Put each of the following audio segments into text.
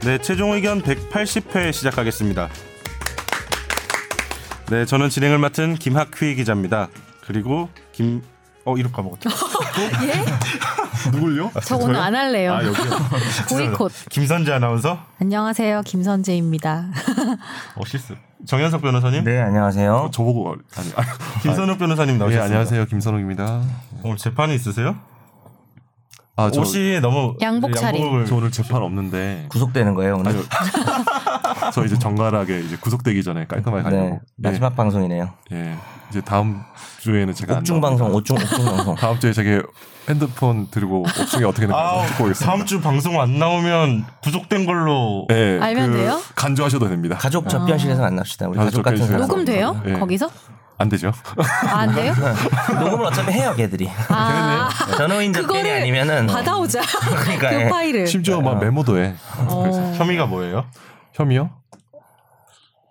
네, 최종 의견 180회 시작하겠습니다. 네, 저는 진행을 맡은 김학휘 기자입니다. 그리고 김... 어, 이름 까먹었다. 누굴요? 예? 저 오늘 안 할래요. 아, 여기요? 보이콧. 김선재 아나운서? 안녕하세요, 김선재입니다. 어, 실수. 정현석 변호사님? 네 안녕하세요. 저보고 아니, 아, 김선욱 변호사님 예 나오셨습니다. 안녕하세요 김선욱입니다. 오늘 재판이 있으세요? 아, 저, 옷이 너무 양복 차림. 양복을- 저 오늘 재판 없는데 구속되는 거예요 오늘. 아니요. 저 이제 정갈하게 이제 구속되기 전에 깔끔하게 가려고. 네 예, 마지막 방송이네요. 예. 이제 다음 주에는 제가 네, 안 옥중 나옵니다. 방송, 옥중 옥중 방송. 다음 주에 제가 핸드폰 들고 옥중에 어떻게 아우, 나가서 듣고 오겠습니다. 다음 주 방송 안 나오면 구속된 걸로 예, 알면 돼요? 간주하셔도 됩니다. 가족 접견실에서 만납시다. 우리 가족 가족 같은 접견실. 사람. 녹음 돼요? 예. 거기서? 안 되죠? 아, 안 돼요? 네. 녹음을 어차피 해요 걔들이. 아, 전호인 접견이 그거를 아니면은 받아오자. 네. 그러니까 그 예. 파일을. 심지어 막 메모도 해. 어. 혐의가 뭐예요? 혐의요?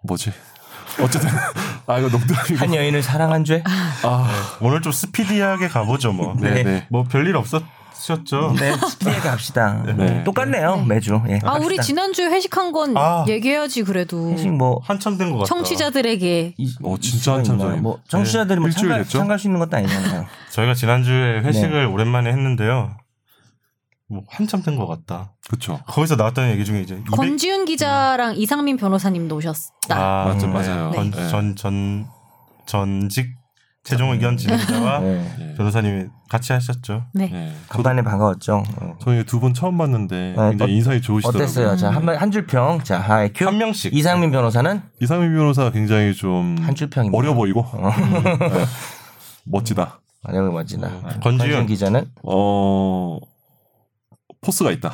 뭐지? 어쨌든 아 이거 농담이고 한 여인을 사랑한 죄. 아 오늘 좀 스피디하게 가보죠 뭐. 네네 뭐 별일 없었셨죠? 네 스피디하게 갑시다. 네. 똑같네요 매주. 예. 아, 우리 갑시다. 지난주에 회식한 건 아. 얘기해야지, 그래도. 사실 뭐 한참 된 것 같다. 청취자들에게. 이- 어, 진짜 있나요? 한참 전이네. 뭐 청취자들이 뭐 일주일 참가, 됐죠? 참가할 수 있는 것도 아니잖아요. 저희가 지난주에 회식을 오랜만에 했는데요. 뭐 한참 된 것 같다. 그렇죠. 거기서 나왔던 얘기 중에 이제 200... 권지윤 기자랑 이상민 변호사님도 오셨다. 아, 맞죠, 네. 맞아요. 전, 네. 전, 전, 전직 최종 의견 진행자와 네. 예. 변호사님이 같이 하셨죠. 네. 예. 간만에 반가웠죠. 어. 저희 두 분 처음 봤는데 네, 굉장히 어- 인상이 좋으시더라고요. 어땠어요? 자한한줄 평. 자 하이큐. 한 명씩. 이상민 변호사는 이상민 변호사가 굉장히 좀 한줄 평입니다. 어려 보이고 네. 멋지다. 아니면 음. 멋지나. 음. 권지윤. 기자는 어 포스가 있다.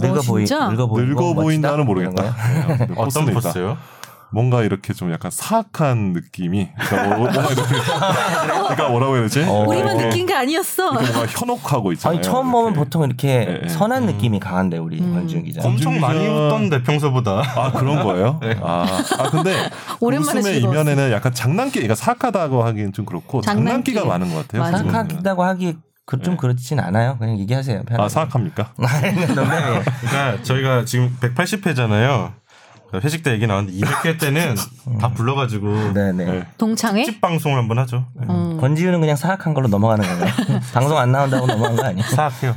늙어 보이 진짜? 늙어 보이 늙어 보인다는 모르겠다. 네, 어떤 포스는 있다. 포스요? 뭔가 이렇게 좀 약간 사악한 느낌이. 그러니까 뭐, 뭔가 이렇게. 그러니까 뭐라고 해야 되지? 어. 우리만 이렇게 느낀 게 아니었어. 뭔가 현혹하고 있잖아요. 아니 처음 보면 네, 이렇게. 보통 이렇게 예, 예. 선한 느낌이 강한데 우리 음. 권지윤 기자. 검- 엄청 많이 권지윤 웃던데 평소보다. 아 그런 거예요? 네. 아, 아 근데 오랜만에 웃음의 즐거웠어. 이면에는 약간 장난기, 그러니까 사악하다고 하기엔 좀 그렇고 장난기. 장난기가 많은 것 같아요. 맞아. 사악하다고 하기 그- 좀 그렇진 않아요. 그냥 얘기하세요. 편하게. 네. 아 사악합니까? 네, 농담이에요. 그러니까 저희가 지금 180회잖아요. 그러니까 회식 때 얘기 나왔는데 200회 때는 다 불러가지고 네네. 네. 동창회? 특집 방송을 한번 하죠. 네. 음. 권지윤은 그냥 사악한 걸로 넘어가는 건가요? 방송 안 나온다고 넘어간 거 아니에요? 사악해요.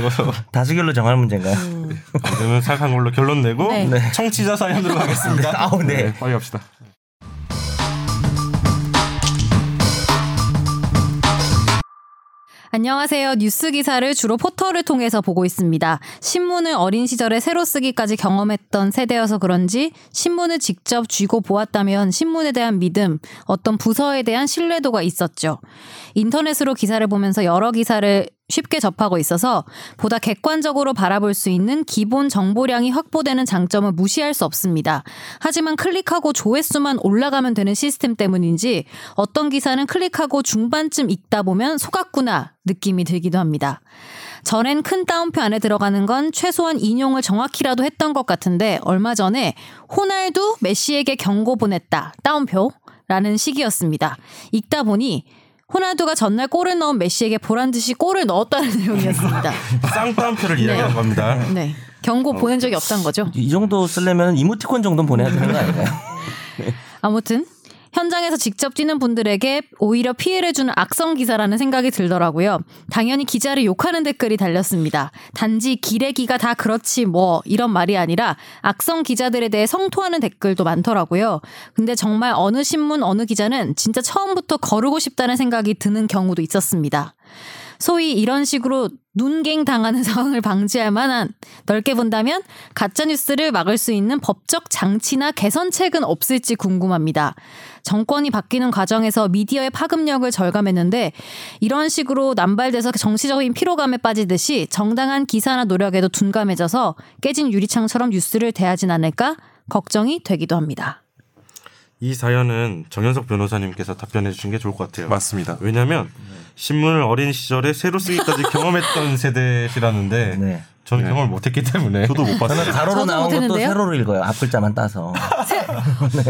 그래서 다수결로 정할 문제인가요? 음. 그러면 사악한 걸로 결론 내고 네. 네. 청취자 사연으로 가겠습니다. 아우 네. 빨리 합시다. 안녕하세요. 뉴스 기사를 주로 포털을 통해서 보고 있습니다. 신문을 어린 시절에 새로 쓰기까지 경험했던 세대여서 그런지 신문을 직접 쥐고 보았다면 신문에 대한 믿음, 어떤 부서에 대한 신뢰도가 있었죠. 인터넷으로 기사를 보면서 여러 기사를 쉽게 접하고 있어서 보다 객관적으로 바라볼 수 있는 기본 정보량이 확보되는 장점을 무시할 수 없습니다. 하지만 클릭하고 조회수만 올라가면 되는 시스템 때문인지 어떤 기사는 클릭하고 중반쯤 읽다 보면 속았구나 느낌이 들기도 합니다. 전엔 큰 따옴표 안에 들어가는 건 최소한 인용을 정확히라도 했던 것 같은데 얼마 전에 호날두 메시에게 경고 보냈다 따옴표 라는 시기였습니다. 읽다 보니 호날두가 전날 골을 넣은 메시에게 보란 듯이 골을 넣었다는 내용이었습니다. 쌍따옴표를 이야기한 겁니다. 네. 경고 보낸 적이 없단 거죠. 이 정도 쓰려면 이모티콘 정도는 보내야 되는 거 아닌가요? 아무튼 현장에서 직접 뛰는 분들에게 오히려 피해를 주는 악성 기사라는 생각이 들더라고요. 당연히 기자를 욕하는 댓글이 달렸습니다. 단지 기레기가 다 그렇지 뭐 이런 말이 아니라 악성 기자들에 대해 성토하는 댓글도 많더라고요. 근데 정말 어느 신문 어느 기자는 진짜 처음부터 거르고 싶다는 생각이 드는 경우도 있었습니다. 소위 이런 식으로 눈갱 당하는 상황을 방지할 만한 넓게 본다면 가짜 뉴스를 막을 수 있는 법적 장치나 개선책은 없을지 궁금합니다. 정권이 바뀌는 과정에서 미디어의 파급력을 절감했는데 이런 식으로 남발돼서 정치적인 피로감에 빠지듯이 정당한 기사나 노력에도 둔감해져서 깨진 유리창처럼 뉴스를 대하진 않을까 걱정이 되기도 합니다. 이 사연은 정현석 변호사님께서 답변해 주신 게 좋을 것 같아요. 맞습니다. 네. 네. 왜냐하면 신문을 어린 시절에 새로 쓰기까지 경험했던 세대시라는데 네. 저는 경험을 못했기 때문에 저도 못 봤어요. 가로로 저도 나온 것도 못했는데요? 세로로 읽어요. 앞글자만 따서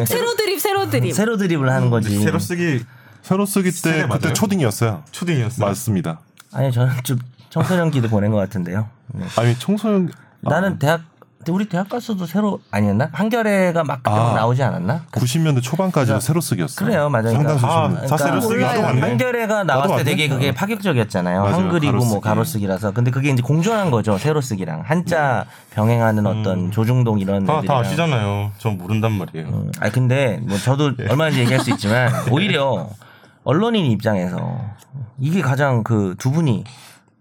새로 드립 새로 드립. 세로 드립을 음. 하는 거지. 새로 쓰기 새로 쓰기 세대 때 그때 맞아요? 초딩이었어요. 초딩이었어요. 맞습니다. 아니 저는 좀 청소년기도 보낸 것 같은데요. 네. 아니 청소년 나는 대학 우리 대학 가서도 새로 아니었나? 한겨레가 막 그때 아. 막 나오지 않았나? 90년대 초반까지는 새로 쓰기였어요. 네. 그래요, 맞아요. 그러니까 상당수 아, 지금 사- 사세로 쓰기 나도 맞네. 한겨레가 나왔을 때 맞네. 되게 그게 파격적이었잖아요. 맞아요. 한글이고 뭐 가로쓰기. 가로쓰기라서. 근데 그게 이제 공존한 거죠. 세로쓰기랑 한자 병행하는 어떤 조중동 이런 다, 다 애들이랑. 아시잖아요. 전 모른단 말이에요. 음, 아니 근데 뭐 저도 얼마든지 얘기할 수 있지만 오히려 언론인 입장에서 이게 가장 그 두 분이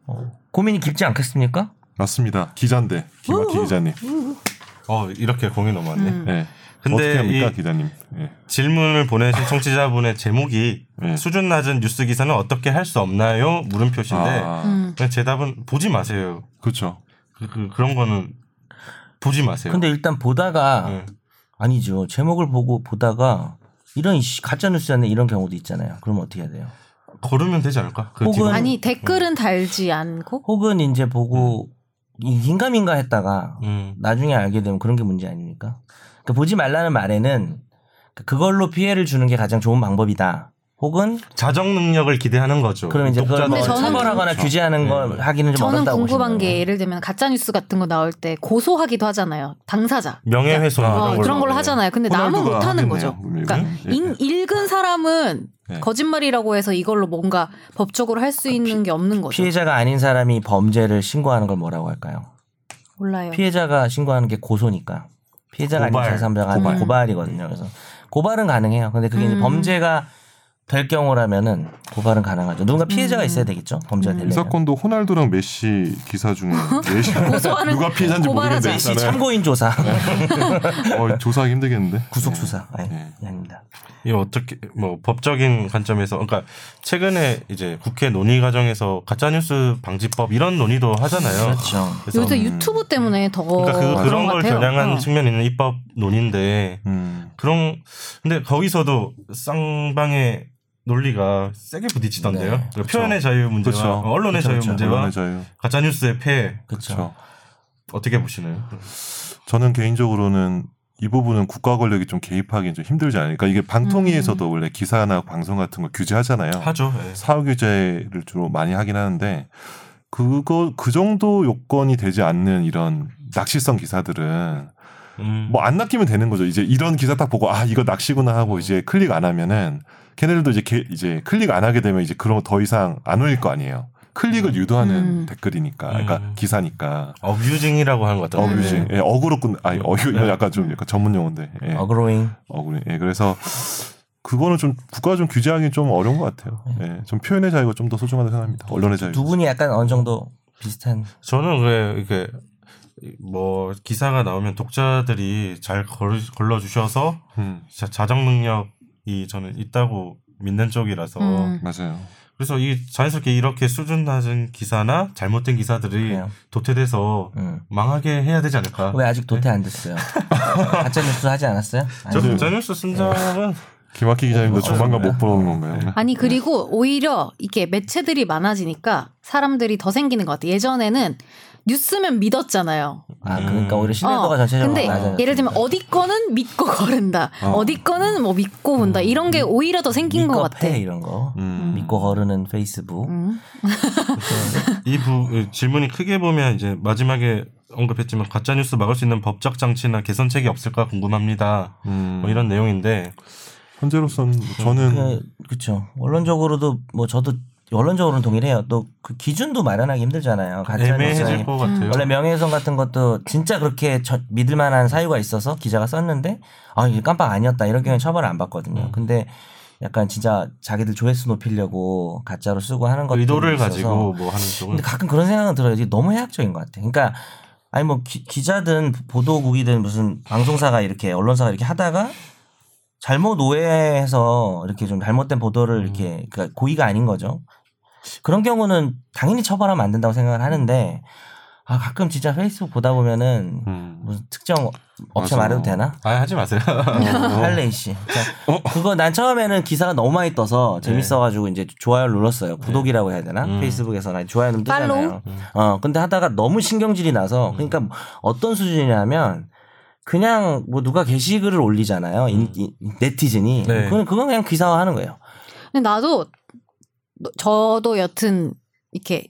어, 고민이 깊지 않겠습니까? 맞습니다. 기자인데 김학기 기자님. 어 이렇게 공이 넘어왔네. 예. 근데 어떻게 합니까 이- 기자님? 예. 질문을 보내신 청취자분의 제목이 음. 네. 수준 낮은 뉴스 기사는 어떻게 할 수 없나요? 물음표신데 아, 그냥 제답은 보지 마세요. 그렇죠. 그, 런 거는 보지 마세요. 근데 일단 보다가 네. 아니죠 제목을 보고 보다가 이런 이씨, 가짜 뉴스였네 이런 경우도 있잖아요. 그러면 어떻게 해야 돼요? 걸으면 되지 않을까? 그 혹은- 뒤로. 아니 댓글은 달지 않고 혹은 이제 보고 이- 인감인가 했다가 음. 나중에 알게 되면 그런 게 문제 아닙니까? 그러니까 보지 말라는 말에는 그걸로 피해를 주는 게 가장 좋은 방법이다. 혹은 자정 능력을 기대하는 거죠. 그럼 이제 그걸 독자도 뭐 근데 저는 처벌하거나 그렇죠. 규제하는 네. 걸 하기는 좀 저는 어렵다고 네. 궁금한 보시는 게 거예요. 예를 들면 가짜 뉴스 같은 거 나올 때 고소하기도 하잖아요. 당사자. 명예훼손 어, 이런 그런 아, 걸로. 걸로 하잖아요. 근데 남은 못 호날두가 하는 하겠네요, 거죠. 분명히. 그러니까 예. 인- 읽은 사람은 네. 거짓말이라고 해서 이걸로 뭔가 법적으로 할 수 있는 게 없는 거죠. 피해자가 아닌 사람이 범죄를 신고하는 걸 뭐라고 할까요? 몰라요. 피해자가 신고하는 게 고소니까 피해자가 고발. 아닌 사람들가 고발. 고발이거든요. 그래서 고발은 가능해요. 근데 그게 음. 이제 범죄가 될 경우라면은 고발은 가능하죠. 음. 누군가 피해자가 있어야 되겠죠. 범죄가 이 네. 되려면. 사건도 호날두랑 메시 기사 중에 메시 고소하는 누가 피해자인지 고발하지 모르겠는데 시 일단은 참고인 조사, 어, 조사하기 힘들겠는데 구속 조사. 아니, 예. 아닙니다. 이거 어떻게 뭐 법적인 관점에서 그러니까 최근에 이제 국회 논의 과정에서 가짜 뉴스 방지법 이런 논의도 하잖아요. 그렇죠. 그래서 요새 유튜브 때문에 더 음. 그러니까 그, 그런 그런 걸 것 같아요. 겨냥한 어. 측면이 있는 입법 논의인데 예. 음. 그런 근데 거기서도 쌍방의 논리가 세게 부딪히던데요. 네, 그러니까 표현의 자유 문제와 그렇죠. 그쵸. 그렇죠. 언론의 그쵸, 자유 그쵸. 문제와 그렇죠. 언론의 자유. 가짜 뉴스의 폐해 그렇죠. 그렇죠. 어떻게 보시나요? 저는 개인적으로는 이 부분은 국가 권력이 좀 개입하기 좀 힘들지 않을까. 이게 방통위에서도 음. 원래 기사나 방송 같은 거 규제하잖아요. 하죠. 예. 사후 규제를 주로 많이 하긴 하는데 그거 그 정도 요건이 되지 않는 이런 낚시성 기사들은 음. 뭐 안 낚이면 되는 거죠. 이제 이런 기사 딱 보고 아 이거 낚시구나 하고 이제 클릭 안 하면은 걔네들도 이제 개- 이제 클릭 안 하게 되면 이제 그런 거 더 이상 안 올릴 거 아니에요. 클릭을 유도하는 음. 댓글이니까, 음. 그러니까 기사니까. 어뷰징이라고 하는 것 같아요. 네. 어뷰징, 예, 어그로 꾼, 아니 어 이거 약간 좀 약간 전문 용어인데. 예. 어그로잉. 억울해. 예, 그래서 그거는 좀 국가가 좀 규제하기 좀 어려운 것 같아요. 예, 좀 표현의 자유가 좀 더 소중하다고 생각합니다. 언론의 자유. 두 분이 약간 어느 정도 비슷한 저는 왜 이렇게 뭐 기사가 나오면 독자들이 잘 걸, 걸러주셔서 음, 자, 자정 능력이 저는 있다고 믿는 쪽이라서 음. 맞아요. 그래서 이 자연스럽게 이렇게 수준 낮은 기사나 잘못된 기사들이 그래요. 도태돼서 음. 망하게 해야 되지 않을까? 왜 아직 도태 안 됐어요? 가짜 뉴스 하지 않았어요? 저 아니요. 자뉴스 순정은 김학기 기자님도 조만간 못 보는 건가요? 아니 그리고 오히려 이게 매체들이 많아지니까 사람들이 더 생기는 것 같아. 요 예전에는 뉴스면 믿었잖아요. 아 그러니까 오히려 신뢰도가 어, 전체적으로 근데 낮아졌어요. 예를 들면 어디 거는 믿고 거른다. 어. 디 거는 뭐 믿고 본다. 이런 게 오히려 더 생긴 것 믿고 같아. 패 이런 거 음. 믿고 거르는 페이스북 이 부 질문이 크게 보면 이제 마지막에 언급했지만 가짜 뉴스 막을 수 있는 법적 장치나 개선책이 없을까 궁금합니다. 음. 뭐 이런 내용인데 현재로서는 음. 저는 그, 그쵸. 원론적으로도 뭐 저도 원론적으로는 동일해요. 또 그 기준도 마련하기 힘들잖아요. 가짜 애매해질 뉴스에. 것 같아요. 원래 명예훼손 같은 것도 진짜 그렇게 저- 믿을 만한 사유가 있어서 기자가 썼는데 아 이게 깜빡 아니었다 이런 경우는 처벌 안 음. 받거든요. 근데 약간 진짜 자기들 조회수 높이려고 가짜로 쓰고 하는 것들 의도를 가지고 뭐 하는 쪽은 근데 음. 가끔 그런 생각은 들어요. 이게 너무 해악적인 것 같아. 그러니까 아니 뭐 기, 기자든 보도국이든 무슨 방송사가 이렇게 언론사가 이렇게 하다가 잘못 오해해서 이렇게 좀 잘못된 보도를 음. 이렇게 그러니까 고의가 아닌 거죠. 그런 경우는 당연히 처벌하면 안 된다고 생각을 하는데 아 가끔 진짜 페이스북 보다 보면은 음. 무슨 특정 업체 맞아. 말해도 되나? 아 하지 마세요. 할레이 씨. 자, 그거 난 처음에는 기사가 너무 많이 떠서 재밌어가지고 이제 좋아요를 눌렀어요. 구독이라고 해야 되나? 페이스북에서나 좋아요는 팔로우? 뜨잖아요. 어, 근데 하다가 너무 신경질이 나서 그러니까 어떤 수준이냐면 그냥 뭐 누가 게시글을 올리잖아요. 인, 인- 네티즌이. 네. 그건, 그건 그냥 기사화하는 거예요. 근데 나도 너- 저도 여튼 이렇게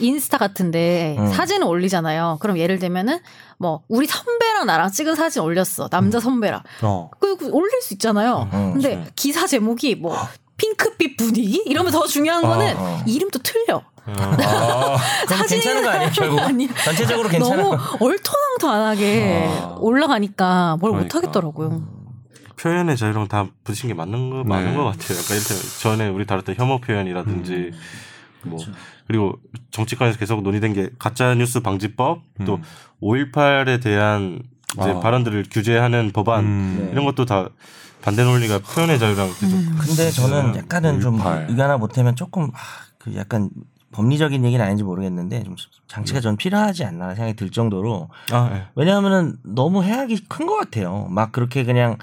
인스타 같은데 음. 사진을 올리잖아요. 그럼 예를 들면은 뭐 우리 선배랑 나랑 찍은 사진 올렸어. 남자 선배랑. 어. 그 그 올릴 수 있잖아요. 음, 근데 그렇죠. 기사 제목이 뭐 핑크빛 분위기 이러면 더 중요한 거는 어. 이름도 틀려. 아. 그럼 괜찮은 거 아니에요 결국? 아니, 전체적으로 어, 괜찮은 너무 거. 얼토당토 안 하게 아. 올라가니까 뭘 그러니까. 음. 못하겠더라고요. 표현의 자유랑 다 부딪힌 게 맞는 거 맞는 네. 것 같아요. 약간 일단 전에 우리 다뤘던 혐오 표현이라든지 음. 뭐 그리고 정치권에서 계속 논의된 게 가짜 뉴스 방지법 또 5.18에 대한 이제 음. 아. 발언들을 규제하는 법안 음. 네. 이런 것도 다 반대 논리가 표현의 음. 자유랑 계속 근데 저는 약간은 좀 일팔. 의견 하나 보태면 조금 아, 그 약간 법리적인 얘기는 아닌지 모르겠는데 좀 장치가 전 필요하지 않나 생각이 들 정도로 아, 예. 왜냐하면은 너무 해악이 큰 것 같아요. 막 그렇게 그냥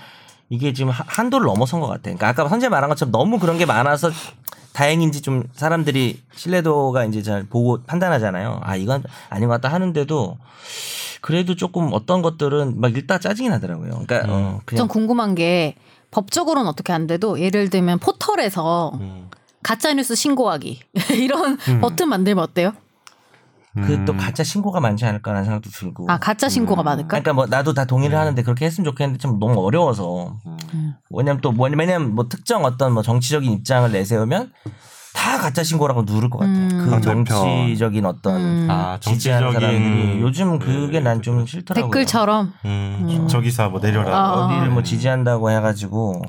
이게 지금 하- 한도를 넘어선 것 같아. 그러니까 아까 선재 말한 것처럼 너무 그런 게 많아서 다행인지 좀 사람들이 신뢰도가 이제 잘 보고 판단하잖아요. 아 이건 아닌 것 같다 하는데도 그래도 조금 어떤 것들은 막 읽다 짜증이 나더라고요. 그러니까 어, 전 그냥 궁금한 게 법적으로는 어떻게 안 돼도 예를 들면 포털에서 음. 가짜 뉴스 신고하기 이런 버튼 만들면 어때요? 그 또 가짜 신고가 많지 않을까라는 생각도 들고. 아 가짜 신고가 많을까? 그러니까 뭐 나도 다 음. 동의를 하는데 그렇게 했으면 좋겠는데 참 너무 어려워서 음. 왜냐면 또 뭐냐면 왜냐면 뭐 특정 어떤 뭐 정치적인 입장을 내세우면 다 가짜 신고라고 누를 것 같아. 음. 그 상대편. 정치적인 어떤 음. 아 지지하는 사람들이 음. 정치적인 요즘 그게 네, 난 좀 그렇죠. 싫더라고요. 댓글처럼 음, 저기사 뭐 내려라 아. 어디를 음. 뭐 지지한다고 해가지고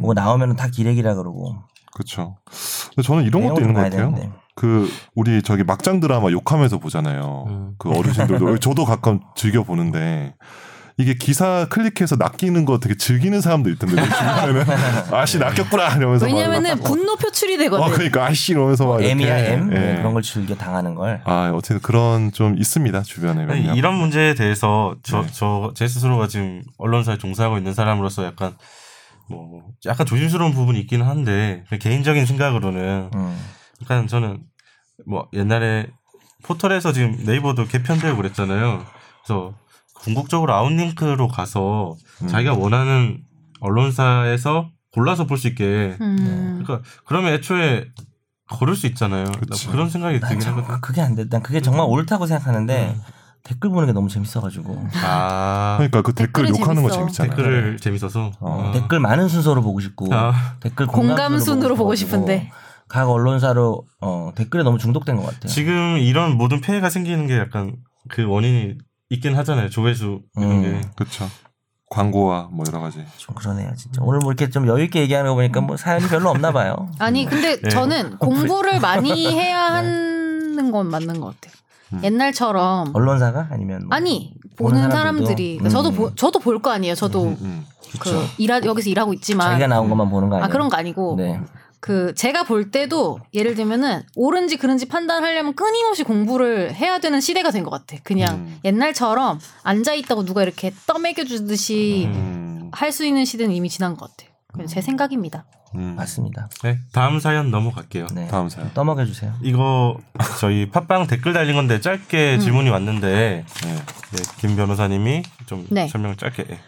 뭐 나오면 은다 기레기라 그러고 그렇죠. 근데 저는 이런 것도 내용을 있는 것 봐야 같아요. 되는데. 그 우리 저기 막장 드라마 욕하면서 보잖아요. 음. 그 어르신들도 저도 가끔 즐겨 보는데 이게 기사 클릭해서 낚이는 거 되게 즐기는 사람도 있던데 내 주변에는 네. 아씨 낚였구나 이러면서 막 왜냐면은 막- 분노 표출이 되거든. 어 그러니까 아씨 이러면서 막 이렇게 M이야 M 네, 예. 그런 걸 즐겨 당하는 걸. 아 어쨌든 그런 좀 있습니다 주변에 몇 명. 이런 문제에 대해서 저 네. 저 제 스스로가 지금 언론사에 종사하고 있는 사람으로서 약간 뭐 약간 조심스러운 부분이 있기는 한데 그냥 개인적인 생각으로는 아, 음. 약간 그러니까 저는 뭐 옛날에 포털에서 지금 네이버도 개편되고 그랬잖아요. 그래서 궁극적으로 아웃링크로 가서 음. 자기가 원하는 언론사에서 골라서 볼 수 있게 음. 그러니까 그러면 애초에 걸을 수 있잖아요. 그치. 나 그런 생각이 난 들긴 참 하거든. 그게 안 돼. 난 그게 그렇죠. 정말 옳다고 생각하는데 음. 댓글 보는 게 너무 재밌어가지고 아 그러니까 그 댓글 댓글이 욕하는 거 재밌어. 재밌잖아요. 댓글을 재밌어서 어, 뭐. 아. 댓글 많은 순서로 보고 싶고 아. 댓글 공감 순으로 보고 싶어가지고 뭐. 싶은데. 각 언론사로 어, 댓글에 너무 중독된 것 네. 같아요. 지금 이런 모든 폐해가 생기는 게 약간 그 원인이 있긴 하잖아요. 조회수 이런 음. 게. 그렇죠. 광고와 뭐 여러 가지. 좀 그러네요, 진짜. 오늘 뭐 이렇게 좀 여유 있게 얘기하는 거 보니까 뭐 사연이 별로 없나 봐요. 아니 근데 네. 저는 공부를 많이 해야 하는 건 맞는 것 같아요. 옛날처럼 언론사가 아니면 뭐. 아니 보는 보는 사람들도. 사람들이 그러니까 음. 저도 보, 저도 볼 거 아니에요. 저도 음. 그쵸. 그 일하 여기서 일하고 있지만 자기가 나온 것만 보는 거 아니에요? 아 그런 거 아니고 네. 그 제가 볼 때도 예를 들면은 옳은지 그른지 판단하려면 끊임없이 공부를 해야 되는 시대가 된 것 같아. 그냥 음. 옛날처럼 앉아 있다고 누가 이렇게 떠먹여 주듯이 음. 할 수 있는 시대는 이미 지난 것 같아. 그냥 제 생각입니다. 음. 맞습니다. 네, 다음 사연 넘어갈게요. 네. 다음 사연. 떠먹여 주세요. 이거 저희 팟빵 댓글 달린 건데 짧게 질문이 왔는데 네. 네, 김 변호사님이 좀 네. 설명을 짧게. 예.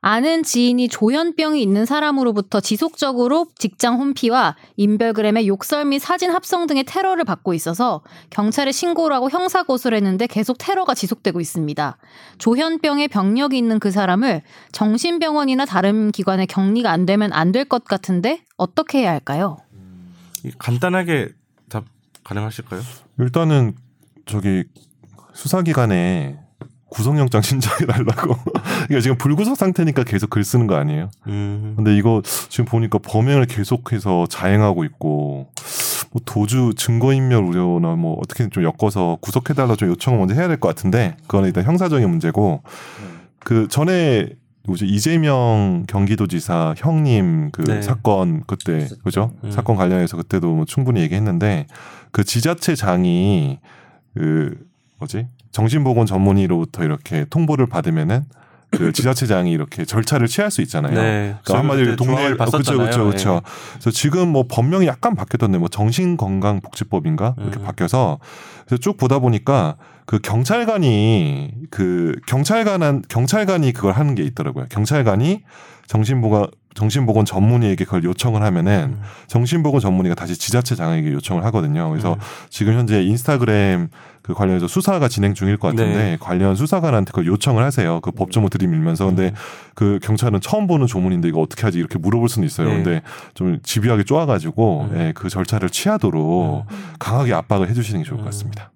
아는 지인이 조현병이 있는 사람으로부터 지속적으로 직장 홈피와 인별그램의 욕설 및 사진 합성 등의 테러를 받고 있어서 경찰에 신고를 하고 형사 고소를 했는데 계속 테러가 지속되고 있습니다. 조현병의 병력이 있는 그 사람을 정신병원이나 다른 기관에 격리가 안 되면 안 될 것 같은데 어떻게 해야 할까요? 이 간단하게 답 가능하실까요? 일단은 저기 수사기관에 구속영장 신청해 달라고. 그러니까 지금 불구속 상태니까 계속 글 쓰는 거 아니에요? 음. 근데 이거 지금 보니까 범행을 계속해서 자행하고 있고 뭐 도주 증거인멸 우려나 뭐 어떻게든 좀 엮어서 구속해달라 좀 요청을 먼저 해야 될 것 같은데 그건 일단 형사적인 문제고 네. 그 전에 뭐지 이재명 경기도지사 형님 그 네. 사건 그때 그죠 음. 사건 관련해서 그때도 뭐 충분히 얘기했는데 그 지자체장이 그 뭐지 정신보건 전문의로부터 이렇게 통보를 받으면은 그 지자체장이 이렇게 절차를 취할 수 네. 있잖아요. 그 한마디로 동네 그렇죠 그렇죠 그렇죠. 그래서 지금 뭐 법명이 약간 바뀌었던데 뭐 정신건강복지법인가 이렇게 음. 바뀌어서 그래서 쭉 보다 보니까 그 경찰관이 그 경찰관한 경찰관이 그걸 하는 게 있더라고요. 경찰관이 정신보가 정신보건 전문의에게 그걸 요청을 예. 하면은 음. 정신보건 전문의가 다시 지자체장에게 요청을 하거든요. 네. 그래서 음. 지금 현재 인스타그램 그 관련해서 수사가 진행 중일 것 같은데 네. 관련 수사관한테 그걸 요청을 하세요. 그 법조문 들이밀면서 음. 근데 그 경찰은 처음 보는 조문인데 이거 어떻게 하지 이렇게 물어볼 수는 있어요. 네. 근데 좀 집요하게 쪼아가지고 음. 예, 그 절차를 취하도록 강하게 압박을 해주시는 게 좋을 것 같습니다.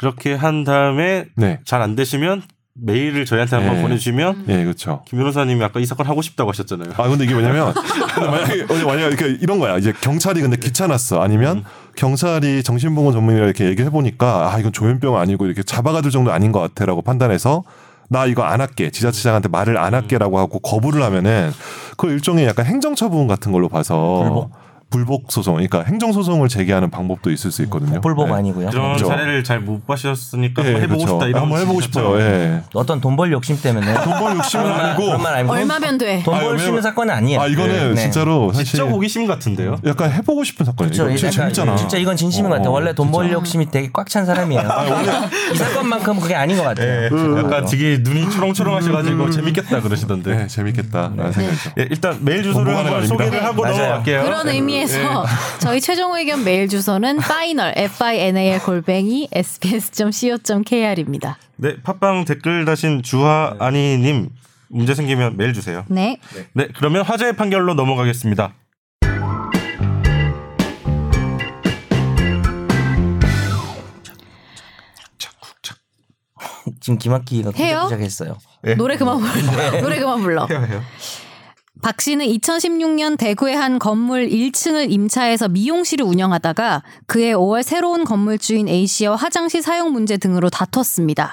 그렇게 한 다음에 네, 잘 안 되시면 메일을 저희한테 한번 네. 보내주시면 예, 그렇죠. 김 변호사님이 아까 이 사건 하고 싶다고 하셨잖아요. 아 근데 이게 뭐냐면 근데 만약에 근데 만약에 이렇게 이런 거야 이제 경찰이 근데 귀찮았어 음. 아니면 경찰이 정신보건 전문의라 이렇게 얘기해 보니까 아 이건 조현병 아니고 이렇게 잡아가둘 정도 아닌 것 같아라고 판단해서 나 이거 안 할게 지자체장한테 말을 안 음. 할게라고 하고 거부를 하면은 그 일종의 약간 행정처분 같은 걸로 봐서 불복. 불복 소송 그러니까 행정 소송을 제기하는 방법도 있을 수 있거든요. 음, 복불복 네. 아니고요. 그런 그렇죠. 사례를 잘 못 보셨으니까 예, 한번 해보고 그렇죠. 싶다 이런 한번 해보고 말씀이셨죠? 싶어요. 예. 어떤 돈 벌 욕심 때문에 돈벌 욕심은 그런 말- 아니고. 그런 말 아니고 얼마면 돼? 아, 돈벌 수 있는 왜냐면- 사건은 아니에요. 아 이거는 네. 진짜로 사실 지적 호기심 같은데요. 약간 해보고 싶은 사건이에요. 그렇죠. 네, 이거 진짜 그러니까 재밌잖아. 진짜 이건 진심인 것 같아요. 어, 아, 원래 돈 벌 욕심이 되게 꽉 찬 사람이에요. 이 사건만큼은 그게 아닌 것 같아요. 예. 네. 약간 되게 눈이 초롱초롱하셔가지고 재밌겠다 그러시던데. 네, 재밌겠다라는 생각이죠. 예, 일단 메일 주소를 공부하는 한번 거 아닙니다. 소개를 하고 맞아요. 넘어갈게요. 그런 네. 의미에서 저희 최종 의견 메일 주소는 final f i n a l 골뱅이 s b s c o k r 입니다. 네, 팟빵 댓글 다신 주하아니님 문제 생기면 메일 주세요. 네. 네, 그러면 화제의 판결로 넘어가겠습니다. 지금 김학기가 해요? 시작했어요. 노래 그만 불러. 노래 그만 불러. 박 씨는 2016년 대구의 한 건물 1층을 임차해서 미용실을 운영하다가 그해 5월 새로운 건물주인 A 씨와 화장실 사용 문제 등으로 다퉜습니다.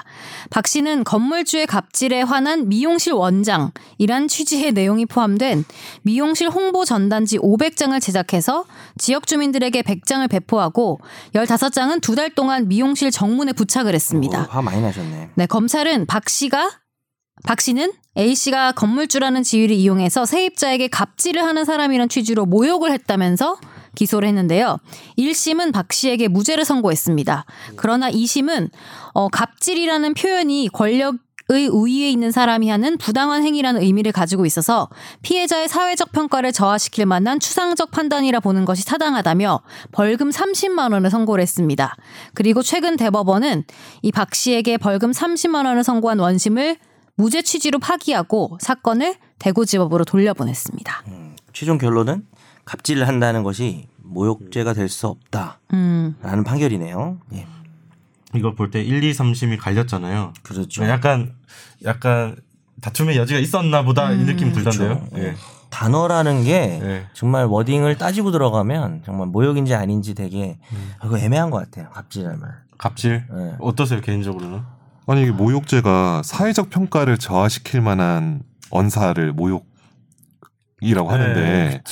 박 씨는 건물주의 갑질에 화난 미용실 원장이란 취지의 내용이 포함된 미용실 홍보 전단지 500장을 제작해서 지역 주민들에게 100장을 배포하고 15장은 두 달 동안 미용실 정문에 부착을 했습니다. 어, 화 많이 나셨네. 네, 검찰은 박 씨가 박 씨는 A 씨가 건물주라는 지위를 이용해서 세입자에게 갑질을 하는 사람이란 취지로 모욕을 했다면서 기소를 했는데요. 1심은 박 씨에게 무죄를 선고했습니다. 그러나 2심은 어, 갑질이라는 표현이 권력 의 우위에 있는 사람이 하는 부당한 행위라는 의미를 가지고 있어서 피해자의 사회적 평가를 저하시킬 만한 추상적 판단이라 보는 것이 타당하다며 벌금 30만 원을 선고를 했습니다. 그리고 최근 대법원은 이 박 씨에게 벌금 30만 원을 선고한 원심을 무죄 취지로 파기하고 사건을 대구지법으로 돌려보냈습니다. 최종 결론은 갑질을 한다는 것이 모욕죄가 될 수 없다라는 음, 판결이네요. 예. 이거 볼 때 1, 2, 3심이 갈렸잖아요. 네, 그렇죠. 약간 약간 다툼의 여지가 있었나 보다 음. 이 느낌 들던데요. 그렇죠. 단어라는 게 네. 예. 정말 워딩을 따지고 들어가면 정말 모욕인지 아닌지 되게 음. 그거 애매한 것 같아요. 갑질이란 말. 갑질 네. 어떠세요 개인적으로는? 네. 아니 이게 모욕죄가 사회적 평가를 저하시킬 만한 언사를 모욕이라고 하는데 네,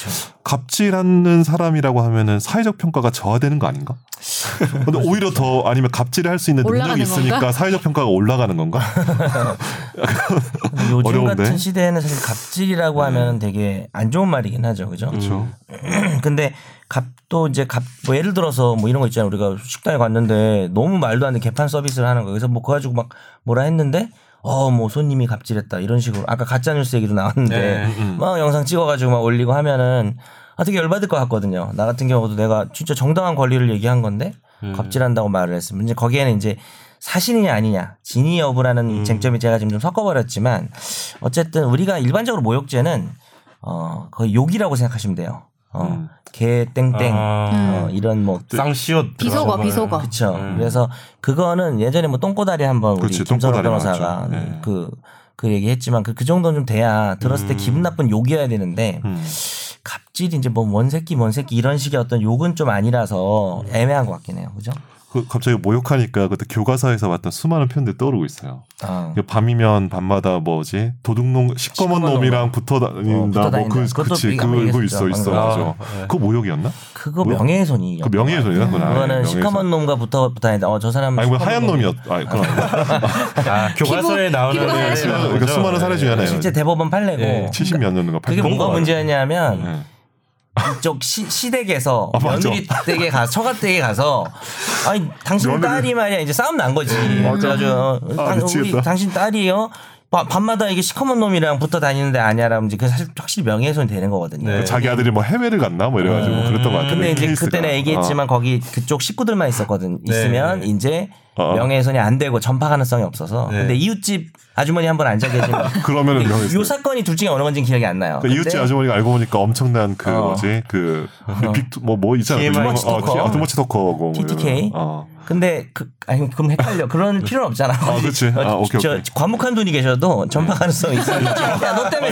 갑질하는 사람이라고 하면은 사회적 평가가 저하되는 거 아닌가? 근데 오히려 더 아니면 갑질을 할 수 있는 올라가는 능력이 있으니까 건가? 사회적 평가가 올라가는 건가? 근데 요즘 어려운데? 네. 같은 시대에는 사실 갑질이라고 하면 되게 안 좋은 말이긴 하죠. 그죠? 그렇죠. 근데 갑도 이제 갑, 뭐 예를 들어서 뭐 이런 거 있잖아요. 우리가 식당에 갔는데 너무 말도 안 되는 개판 서비스를 하는 거예요. 그래서 뭐 그거 가지고 막 뭐라 했는데 어, 뭐 손님이 갑질했다. 이런 식으로. 아까 가짜뉴스 얘기도 나왔는데 네, 막 영상 찍어가지고 막 올리고 하면은 아, 되게 열받을 것 같거든요. 나 같은 경우도 내가 진짜 정당한 권리를 얘기한 건데 갑질한다고 말을 했으면 이제 거기에는 이제 사실이냐 아니냐 진위 여부라는 쟁점이 제가 지금 좀 섞어버렸지만 어쨌든 우리가 일반적으로 모욕죄는 어 거의 욕이라고 생각하시면 돼요. 어, 음. 개 땡땡 아, 어, 이런 뭐 쌍시옷 음. 비속어, 비속어. 그렇죠. 그래서 그거는 예전에 뭐 똥꼬다리 한번 우리 음. 그렇지, 김선호 똥꼬다리 변호사가 나왔죠. 예. 그, 그 얘기했지만 그, 그 정도는 좀 돼야 들었을 음. 때 기분 나쁜 욕이어야 되는데 갑질이 이제 뭐 원새끼 원새끼 이런 식의 어떤 욕은 좀 아니라서 음. 애매한 것 같긴 해요. 그죠? 그 갑자기 모욕하니까 그때 교과서에서 봤던 수많은 표현들이 떠오르고 있어요. 아. 그 밤이면 밤마다 뭐지 도둑놈 시꺼먼 시꺼먼 놈이랑 붙어 다닌다 어, 붙어 뭐그 다닌다. 그치 그것도 그거 있어 얘기했었죠, 있어 방금. 맞아. 그거 모욕이었나? 그거 뭐야? 명예훼손이. 그 명예훼손이야 그건 아니에요. 네. 그거는 명예훼손. 시커먼 놈과 붙어 다니다. 어, 저 사람 아니 뭐 하얀 놈이었 아 그건 아니고 아, 교과서에 피부- 나오는 피부가 네, 하얗지만. 그거죠. 그러니까 수많은 사례 중에 하나예요. 네. 실제 대법원 판례고 그러니까 예, 70몇 년인가 그게 80년 뭐가 문제였냐면 예. 이쪽 시, 시댁에서 아, 맞아. 며느리 댁에 가서 처가댁에 가서 아니 당신 며느리. 딸이 말이야 이제 싸움 난 거지. 그래가지고 어, 아, 당, 우리 미치겠다. 당신 딸이요. 와, 밤마다 이게 시커먼 놈이랑 붙어 다니는데 아니야라면 이제 그 사실 확실히 명예훼손이 되는 거거든요. 그렇죠. 네. 자기 아들이 뭐 해외를 갔나 뭐 이래가지고 그랬던 것 같은데 음. 근데 이제 케이스가. 그때는 얘기했지만 거기 그쪽 식구들만 있었거든 있으면 네. 이제 어. 명예훼손이 안 되고 전파 가능성이 없어서 네. 근데 이웃집 아주머니 한 번 앉아 계시면 어, 그러면은 명예훼손. 요 사건이 둘 중에 어느 건지는 기억이 안 나요. 그 이웃집 아주머니가 알고 보니까 엄청난 그 어. 뭐지 그 빅뭐뭐 어, 있잖아 TMI. 투머치 토커. 두머치 토커고 뭐 TTK? 어. 근데 그 아니 그럼 헷갈려 그런 필요는 없잖아. 아, 그치. 아, 어, 오케이, 네. 아, 저 오케이. 과묵한 분이 계셔도 전파 가능성이 있어. 야너 때문에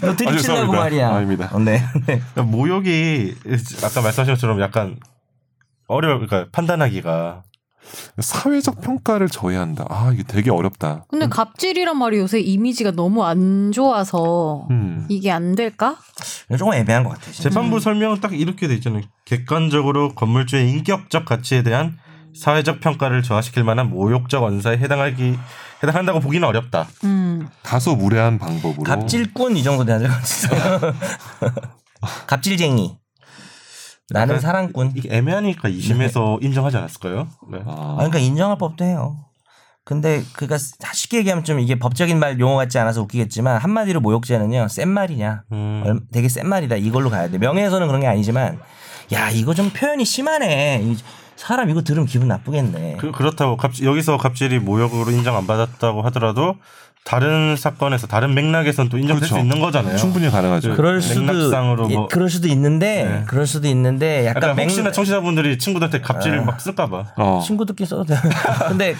너 들이치려고 아, 죄송합니다. 말이야. 아닙니다. 어, 네. 네. 모욕이 아까 말씀하신 것처럼 약간 어려 그러니까 판단하기가 사회적 평가를 저해한다. 아 이게 되게 어렵다. 음. 근데 갑질이란 말이 요새 이미지가 너무 안 좋아서 음. 이게 안 될까? 이거 조금 애매한 것 같아. 진짜. 재판부 설명은 딱 이렇게 돼 있잖아요. 객관적으로 건물주의 인격적 가치에 대한 사회적 평가를 저하시킬 만한 모욕적 언사에 해당하기 해당한다고 보기는 어렵다. 음. 다소 무례한 방법으로 갑질꾼 이 정도 되는 것 같아요. 갑질쟁이. 나는 약간 사랑꾼. 이게 애매하니까 2심에서 인정하지 않았을까요? 네. 아, 아, 그러니까 인정할 법도 해요. 근데 그니까 쉽게 얘기하면 좀 이게 법적인 말 용어 같지 않아서 웃기겠지만 한마디로 모욕죄는요 센 말이냐 음. 얼- 되게 센 말이다 이걸로 가야 돼 명예훼손은 그런 게 아니지만 야 이거 좀 표현이 심하네 이 사람 이거 들으면 기분 나쁘겠네 그, 그렇다고 갑, 여기서 갑질이 모욕으로 인정 안 받았다고 하더라도 다른 사건에서 다른 맥락에선 또 인정될 그렇죠. 수 있는 거잖아요. 충분히 가능하죠. 그- 그럴 수도- 맥락상으로 뭐- 네. 예, 그럴 수도 있는데 그럴 수도 있는데 약간 약간 맥- 혹시나 청취자분들이 친구들한테 아. 갑질을 막 쓸까봐. 어. 친구들끼리 써도 돼요. 근데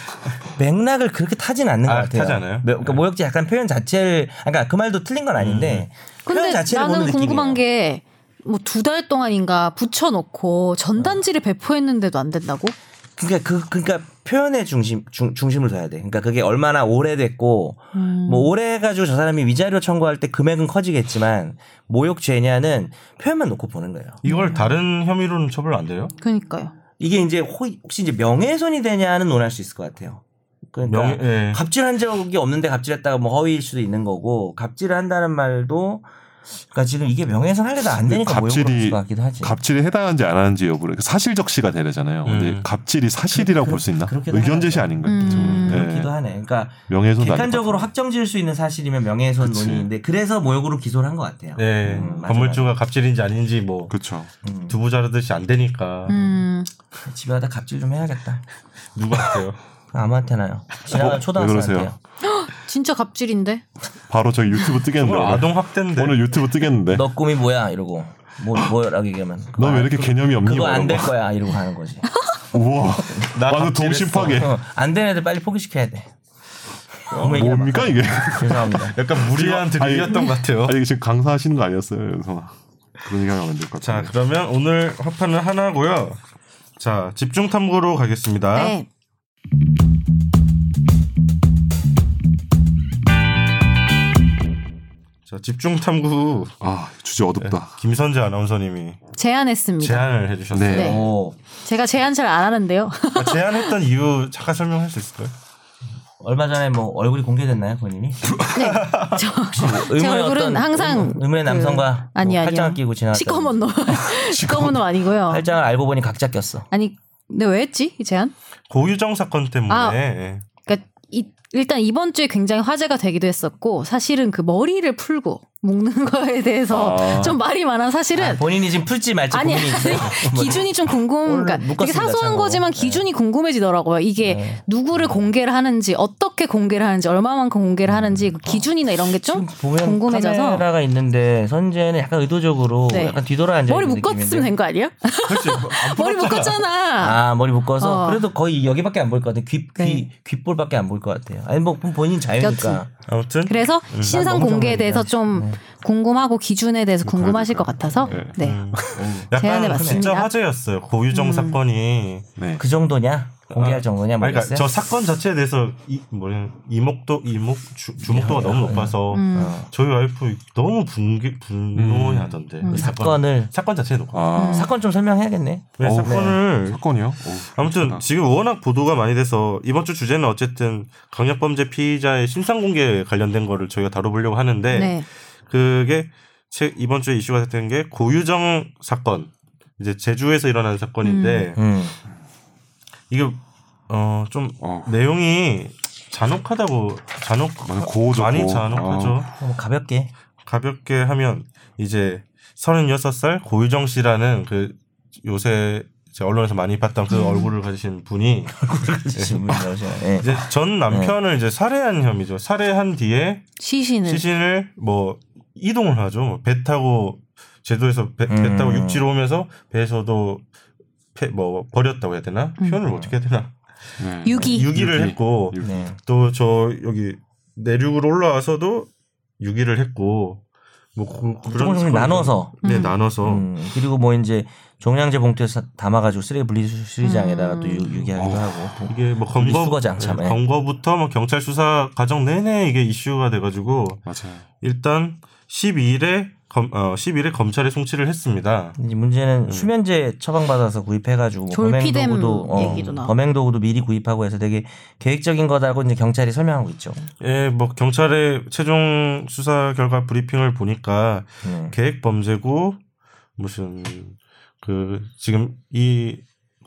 맥락을 그렇게 타진 않는 아, 것 같아요. 타지 않아요? 모- 그러니까 모욕죄 약간 표현 자체를, 그러니까 그 말도 틀린 건 아닌데 표현 음. 근데 자체를 보는 나는 느낌이에요. 궁금한 게 뭐 두 달 동안인가 붙여놓고 음. 전단지를 배포했는데도 안 된다고? 그러니까 그 그러니까 표현의 중심 중, 중심을 둬야 돼. 그러니까 그게 얼마나 오래됐고 음. 뭐 오래 가지고 저 사람이 위자료 청구할 때 금액은 커지겠지만 모욕죄냐는 표현만 놓고 보는 거예요. 이걸 다른 혐의로는 처벌 안 돼요? 그러니까요. 이게 이제 호- 혹시 이제 명예훼손이 되냐는 논할 수 있을 것 같아요. 그러니까 명예- 예. 갑질한 적이 없는데 갑질했다가 뭐 허위일 수도 있는 거고 갑질을 한다는 말도 그러니까 지금 이게 명예훼손 할래도 안 되니까 모욕을 할것 같기도 하지. 갑질에 해당하는지 안 하는지 여부를 사실적시가 되잖아요. 근데 음. 갑질이 사실이라고 그- 볼 수 있나? 그렇게도 의견제시 아닌 거죠. 음. 그렇기도 하네. 그러니까 명예훼손도 아니고. 객관적으로 확정 지을 수 있는 사실이면 명예훼손 음. 그치. 논의인데 그래서 모욕으로 기소를 한 것 같아요. 네. 음, 맞아, 건물주가 갑질인지 아닌지 뭐 그렇죠. 음. 두부 자르듯이 안 되니까 음. 집에 가다 갑질 좀 해야겠다. 누가 같아요? 아무한테나요. 지나가는 어, 왜 초등학생한테요. 그러세요? 진짜 갑질인데? 바로 저기 유튜브 뜨겠는데 오늘 오늘, 어, 아동 학대인데 오늘 유튜브 뜨겠는데. 너 꿈이 뭐야 이러고 뭐 뭐라고 얘기하면 너 왜 이렇게 개념이 없니? 그거 뭐 안 이런 될 거. 거야 이러고 가는 거지. 우와. 나 완전 갑질했어. 동심파괴. 어, 안 되는 애들 빨리 포기시켜야 돼. 너무 얘기하면 뭡니까 이게? 안 돼. 죄송합니다. 약간 무리한 지금- 아니, 드립이었던 것 같아요. 아니 지금 강사하시는 거 아니었어요, 연성아? 그런 얘기 하면 안될 것 자, 같아요. 그러면 오늘 화판은 하나고요. 자, 집중 탐구로 아? 가겠습니다. 네. 자, 집중 탐구 아 주제 네. 어둡다. 김선재 아나운서님이 제안했습니다. 제안을 해주셨어요. 네. 오, 제가 제안 잘 안 하는데요. 그러니까 제안했던 이유 잠깐 설명할 수 있을까요? 얼마 전에 뭐 얼굴이 공개됐나요, 본인이? 네. 뭐 저, 제 의문의 얼굴은 어떤- 항상 그 의문- 의문의 남성과 아니 뭐 아니요. 팔짱을 끼고 지나갔다. 시커먼 놈. 시커먼 놈 아니고요. 팔짱을 알고 보니 각자 꼈어. 아니 근데 왜 했지 이 제안? 고유정 사건 아. 때문에 그러니까 이- 일단 이번 주에 굉장히 화제가 되기도 했었고 사실은 그 머리를 풀고 묶는 거에 대해서 아. 좀 말이 많아 아, 사실은 본인이 지금 풀지 말지 아니, 고민이 있어요. 뭐, 기준이 좀 궁금, 그러니까 오늘 되게 묶었습니다, 사소한 참고로. 거지만 네. 기준이 궁금해지더라고요. 이게 네. 누구를 공개를 하는지, 어떻게 공개를 하는지, 얼마만큼 공개를 하는지 그 기준이나 이런 게 좀 음. 지금 보면 궁금해져서 카메라가 있는데 선재는 약간 의도적으로 네. 약간 뒤돌아 앉아 머리 있는 묶었으면 느낌인데. 그렇죠. 된 거 아니야? 그렇지 머리 묶었잖아. 아 머리 묶어서 어. 그래도 거의 여기밖에 안 보일 것 같아. 귀, 귀 네. 귓볼밖에 안 보일 것 같아요. 아니 뭐 본인 자유니까. 여튼. 아무튼 그래서 신상 너무 공개에 정말이다. 대해서 좀 궁금하고 기준에 대해서 궁금하실 것 같아서 네. 네. 제안해 약간 봤습니다. 음. 진짜 화제였어요. 고유정 사건이 네. 그 정도냐 공개할 아, 정도냐 뭐 아니, 그러니까 모르겠어요. 저 사건 자체에 대해서 이 뭐냐 이목도 이목 주, 주목도가 너무 높아서 저희 와이프 너무 분개 분노해 하던데 이 사건 사건을 음. 사건 자체에 놓고 아 사건 좀 설명해야겠네. 왜 어, 사건을 사건이요? 아무튼 지금 워낙 보도가 많이 돼서 이번 주 주제는 어쨌든 강력범죄 피의자의 신상 공개 관련된 거를 저희가 다뤄보려고 하는데 네. 그게 최- 이번 주에 이슈가 됐던 게 고유정 사건 이제 제주에서 일어난 사건인데 음. 이게 어 좀 어. 내용이 잔혹하다고 잔혹 맞아, 고죠, 어. 많이 고. 잔혹하죠. 뭐 가볍게 가볍게 하면 이제 36살 고유정 씨라는 그 요새 이제 언론에서 많이 봤던 음. 그 얼굴을 가지신 분이 질문 나오시네. 예. 이제 전 남편을 이제 살해한 혐의죠. 살해한 뒤에 시신을 시신을 뭐 이동을 하죠. 뭐배 타고 제주도에서 배, 배 음. 타고 육지로 오면서 배에서도 폐, 뭐 버렸다고 해야 되나? 음. 표현을 어떻게 해야 되나? 네. 유기 유기를 유기. 했고 유- 네. 또 저 여기 내륙으로 올라와서도 유기를 했고 뭐 그, 그런 조금 사건이- 조금 나눠서 네 음. 나눠서 음, 그리고 뭐 이제 종량제 봉투에서 담아가지고 쓰레기 분리수거장에다가 또 유- 음. 유기하기도 어우. 하고 이게 뭐 우리 검거 수거장 참, 예. 검거부터 뭐 경찰 수사 과정 내내 이게 이슈가 돼가지고 맞아요. 일단 12일에 검, 어, 10일에 검찰에 송치를 했습니다. 이제 문제는 수면제 처방받아서 구입해가지고 뭐 음. 졸피뎀 범행도구도 어, 얘기도 나오고. 범행도구도 미리 구입하고 해서 되게 계획적인 거라고 이제 경찰이 설명하고 있죠. 예, 뭐 경찰의 최종 수사 결과 브리핑을 보니까 네. 계획 범죄고 무슨 그 지금 이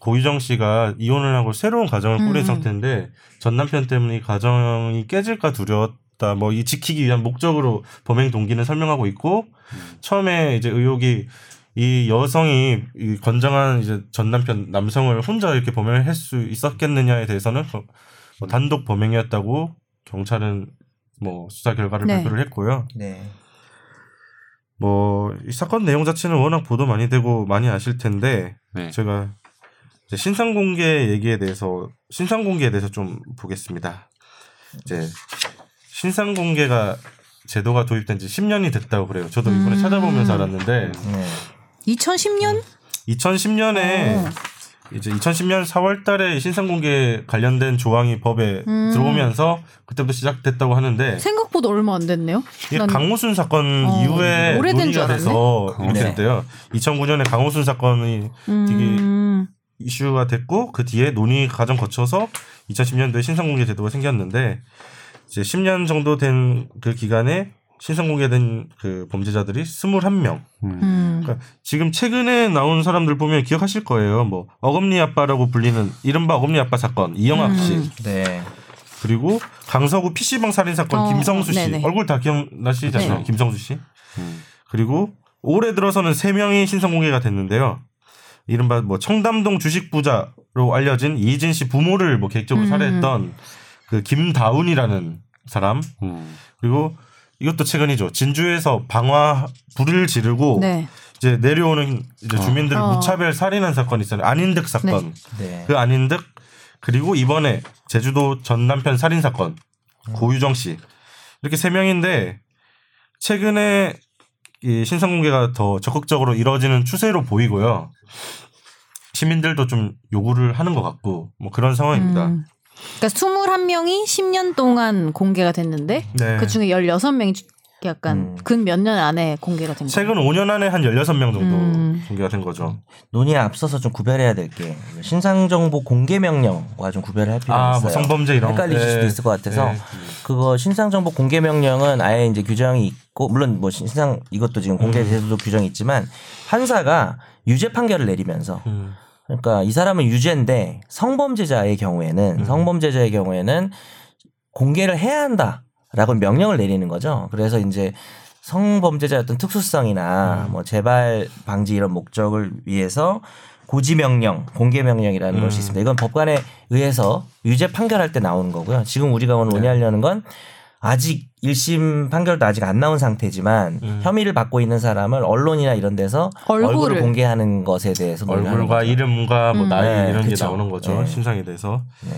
고유정 씨가 이혼을 하고 새로운 가정을 꾸린 음. 상태인데 전 남편 때문에 이 가정이 깨질까 두려웠다. 뭐 이 지키기 위한 목적으로 범행 동기는 설명하고 있고 처음에 이제 의혹이 이 여성이 이 건장한 이제 전 남편 남성을 혼자 이렇게 범행을 할 수 있었겠느냐에 대해서는 뭐- 뭐 단독 범행이었다고 경찰은 뭐 수사 결과를 네. 발표를 했고요. 네. 뭐 이 사건 내용 자체는 워낙 보도 많이 되고 많이 아실 텐데 네. 제가 이제 신상 공개 얘기에 대해서 신상 공개에 대해서 좀 보겠습니다. 이제 신상 공개가 제도가 도입된 지 10년이 됐다고 그래요. 저도 이번에 음. 찾아보면서 알았는데 네. 2010년 2010년에 네. 이제 2010년 4월달에 신상 공개 관련된 조항이 법에 음. 들어오면서 그때부터 시작됐다고 하는데 생각보다 얼마 안 됐네요. 네. 이게 난- 강호순 사건 어, 이후에 오래된 줄 논의가 알았네. 돼서 이렇게 네. 됐대요. 2009년에 강호순 사건이 음, 이슈가 됐고 그 뒤에 논의 과정 거쳐서 2010년도에 신상공개 제도가 생겼는데 이제 10년 정도 된 그 기간에 신상공개된 그 범죄자들이 21명. 음. 음. 그러니까 지금 최근에 나온 사람들 보면 기억하실 거예요. 뭐 어금니 아빠라고 불리는 이른바 어금니 아빠 사건 이영학 씨 음. 네. 그리고 강서구 PC방 살인 사건 어, 김성수 씨 네네. 얼굴 다 기억나시잖아요. 네. 김성수 씨. 음. 그리고 올해 들어서는 세명이 신상 공개가 됐는데요. 이른바 뭐 청담동 주식 부자로 알려진 이진 씨 부모를 뭐 계획적으로 음. 살해했던 그 김다운이라는 사람 음. 그리고 이것도 최근이죠. 진주에서 방화 불을 지르고 네. 이제 내려오는 이제 어. 주민들을 어. 무차별 살인한 사건이 있잖아요. 안인득 사건. 네. 그 안인득 그리고 이번에 제주도 전 남편 살인 사건 고유정 씨 이렇게 세 명인데 최근에 이 신상 공개가 더 적극적으로 이뤄지는 추세로 보이고요. 시민들도 좀 요구를 하는 것 같고 뭐 그런 상황입니다. 음. 그러니까 21명이 10년 동안 공개가 됐는데 네. 그 중에 16명이 약간 음. 근 몇 년 안에 공개가 된 거예요. 최근 5년 안에 한 16명 정도 음. 공개가 된 거죠. 논의에 앞서서 좀 구별해야 될 게 신상정보 공개 명령과 좀 구별을 할 필요가 아, 뭐 있어요. 성범죄 이런 거. 헷갈리실 수도 네. 있을 것 같아서 네. 그거 신상정보 공개 명령은 아예 이제 규정이 있고 물론 뭐 신상 이것도 지금 공개 음. 제도도 규정이 있지만 판사가 유죄 판결을 내리면서 음. 그러니까 이 사람은 유죄인데 성범죄자의 음. 경우에는 성범죄자의 경우에는 공개를 해야 한다라고 명령을 내리는 거죠. 그래서 이제 성범죄자의 어떤 특수성이나 음. 뭐 재발 방지 이런 목적을 위해서 고지 명령, 공개 명령이라는 음. 것이 있습니다. 이건 법관에 의해서 유죄 판결할 때 나오는 거고요. 지금 우리가 네. 오늘 논의하려는 건 아직 1심 판결도 아직 안 나온 상태지만 음. 혐의를 받고 있는 사람을 언론이나 이런 데서 얼굴을. 얼굴을, 공개하는 것에 대해서 논의하는 얼굴과 거죠. 이름과 뭐 음. 나이 음. 네, 이런 게 그쵸. 나오는 거죠. 네. 신상에 대해서. 네.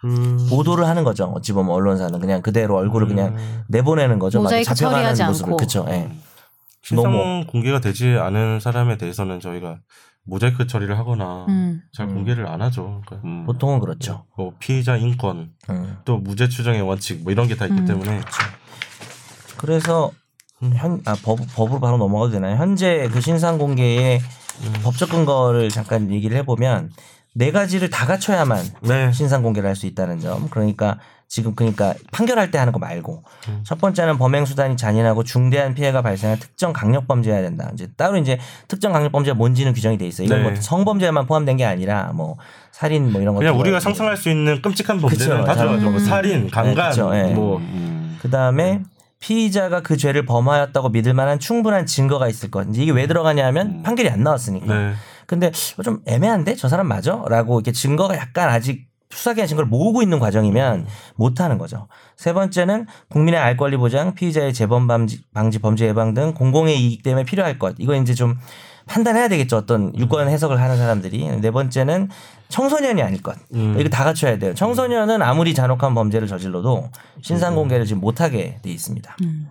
그 보도를 하는 거죠. 어찌 보면 언론사는 그냥 그대로 얼굴을 그냥 음. 내보내는 거죠. 모자이크 마치 잡혀가는 처리하지 모습을 않고. 그쵸. 예. 신상 너무. 공개가 되지 않은 사람에 대해서는 저희가 모자이크 처리를 하거나 음. 잘 음. 공개를 안 하죠. 그러니까 음. 보통은 그렇죠. 뭐 피해자 인권 음. 또 무죄 추정의 원칙 뭐 이런 게 다 있기 음. 때문에 그래서 현, 아, 법, 법으로 바로 넘어가도 되나요? 현재 그 신상 공개의 법적 근거를 잠깐 얘기를 해보면 네 가지를 다 갖춰야만 네. 신상 공개를 할 수 있다는 점. 그러니까 지금 그러니까 판결할 때 하는 거 말고 첫 번째는 범행 수단이 잔인하고 중대한 피해가 발생한 특정 강력 범죄여야 된다. 이제 따로 이제 특정 강력 범죄가 뭔지는 규정이 돼 있어요. 이건 네. 뭐 성범죄만 포함된 게 아니라 뭐 살인 뭐 이런 거 그냥 우리가 상상할 수 있는 끔찍한 범죄는 그쵸. 다 들어가죠. 뭐 음. 살인, 강간, 그쵸. 예. 뭐 음, 그다음에 피의자가 그 죄를 범하였다고 믿을 만한 충분한 증거가 있을 것. 이제 이게 왜 들어가냐면 음. 판결이 안 나왔으니까. 네. 근데 좀 애매한데 저 사람 맞아? 라고 이렇게 증거가 약간 아직 수사기관 증거를 모으고 있는 과정이면 못하는 거죠. 세 번째는 국민의 알 권리 보장, 피의자의 재범 방지, 방지 범죄 예방 등 공공의 이익 때문에 필요할 것. 이거 이제 좀 판단해야 되겠죠. 어떤 유권 해석을 하는 사람들이. 네 번째는 청소년이 아닐 것. 음. 네, 이거 다 갖춰야 돼요. 청소년은 아무리 잔혹한 범죄를 저질러도 음. 신상 공개를 지금 못하게 돼 있습니다. 음.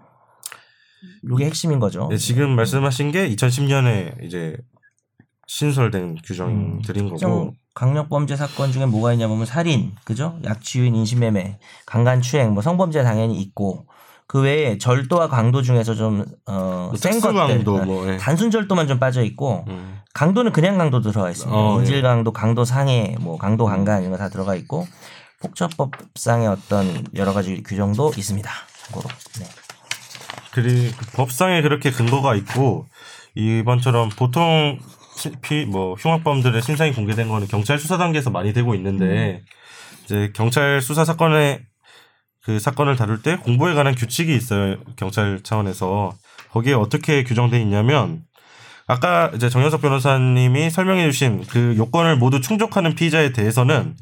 이게 핵심인 거죠. 네, 지금 말씀하신 게 2010년에 이제 신설된 규정들인 거고. 음. 좀 강력 범죄 사건 중에 뭐가 있냐 보면 살인, 그죠? 약취유인 인신매매, 강간추행, 뭐 성범죄 당연히 있고 그 외에 절도와 강도 중에서 뭐 좀어센 것들, 네. 특수강도 뭐. 예. 단순 절도만 좀 빠져 있고 음. 강도는 그냥 강도도 들어가 있습니다. 어, 인질 강도, 강도 상해, 뭐 강도 강간 이런 거 다 들어가 있고 폭처법상의 어떤 여러 가지 규정도 있습니다. 참고로. 네. 그리 그 법상에 그렇게 근거가 있고 이번처럼 보통 시- 피, 뭐 흉악범들의 신상이 공개된 거는 경찰 수사 단계에서 많이 되고 있는데 이제 경찰 수사 사건에 그 사건을 다룰 때 공보에 관한 규칙이 있어요 경찰 차원에서 거기에 어떻게 규정돼 있냐면 아까 이제 정현석 변호사님이 설명해 주신 그 요건을 모두 충족하는 피의자에 대해서는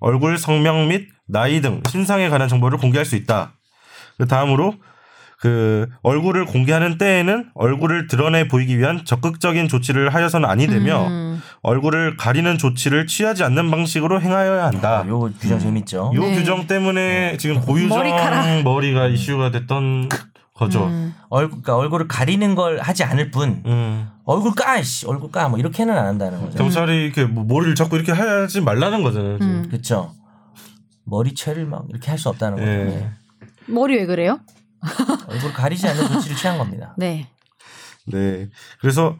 얼굴, 성명 및 나이 등 신상에 관한 정보를 공개할 수 있다. 그 다음으로 그 얼굴을 공개하는 때에는 얼굴을 드러내 보이기 위한 적극적인 조치를 하여서는 아니 되며 음. 얼굴을 가리는 조치를 취하지 않는 방식으로 행하여야 한다. 요, 아, 음. 요 규정 재밌죠. 네. 규정 때문에 지금 고유정 머리카락. 머리가 이슈가 됐던 거죠. 음. 음. 얼굴, 그러니까 얼굴을 가리는 걸 하지 않을 뿐 얼굴 까, 씨, 얼굴 까, 뭐 이렇게는 안 한다는 거죠. 음. 경찰이 이렇게 뭐 머리를 자꾸 이렇게 하지 말라는 거잖아요. 지금. 음. 그렇죠. 머리채를 막 이렇게 할 수 없다는 거죠. 예. 네. 머리 왜 그래요? 얼굴 가리지 않는 조치를 취한 겁니다. 네. 네. 그래서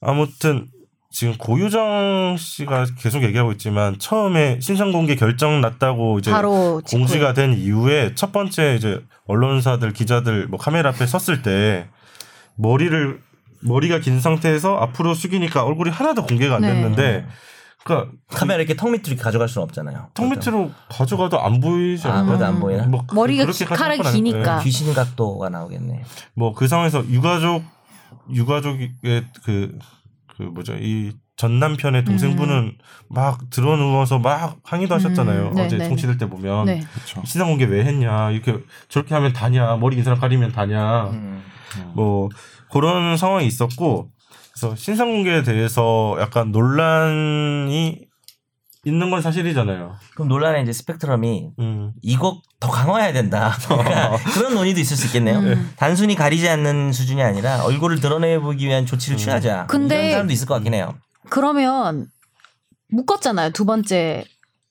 아무튼 지금 고유정 씨가 계속 얘기하고 있지만 처음에 신상 공개 결정 났다고 이제 바로 직후에. 공지가 된 이후에 첫 번째 이제 언론사들 기자들 뭐 카메라 앞에 섰을 때 머리를 머리가 긴 상태에서 앞으로 숙이니까 얼굴이 하나도 공개가 안 네. 됐는데 그러니까 카메라 이렇게 턱 밑으로 이렇게 가져갈 수는 없잖아요. 턱 밑으로 가져가도 안 보이지 아, 않나? 아무도 안 보이나? 뭐 그- 네. 머리가 그렇게까지 칼이 할건 아니- 기니까. 귀신 각도가 나오겠네. 뭐 그 상황에서 유가족 유가족의 그, 그 뭐죠 이 전남편의 동생분은 막 드러누워서 막 항의도 하셨잖아요 음, 네, 어제 네, 통치될 때 보면 네. 그렇죠. 신상 공개 왜 했냐 이렇게 저렇게 하면 다냐 머리 긴 사람 가리면 다냐 음. 음. 뭐 그런 상황이 있었고 그래서 신상 공개에 대해서 약간 논란이 있는 건 사실이잖아요. 그럼 논란의 이제 스펙트럼이 음. 이거 더 강화해야 된다. 그러니까 그런 논의도 있을 수 있겠네요. 음. 단순히 가리지 않는 수준이 아니라 얼굴을 드러내보기 위한 조치를 취하자. 근데- 이런 사람도 있을 것 같긴 해요. 그러면 묶었잖아요. 두 번째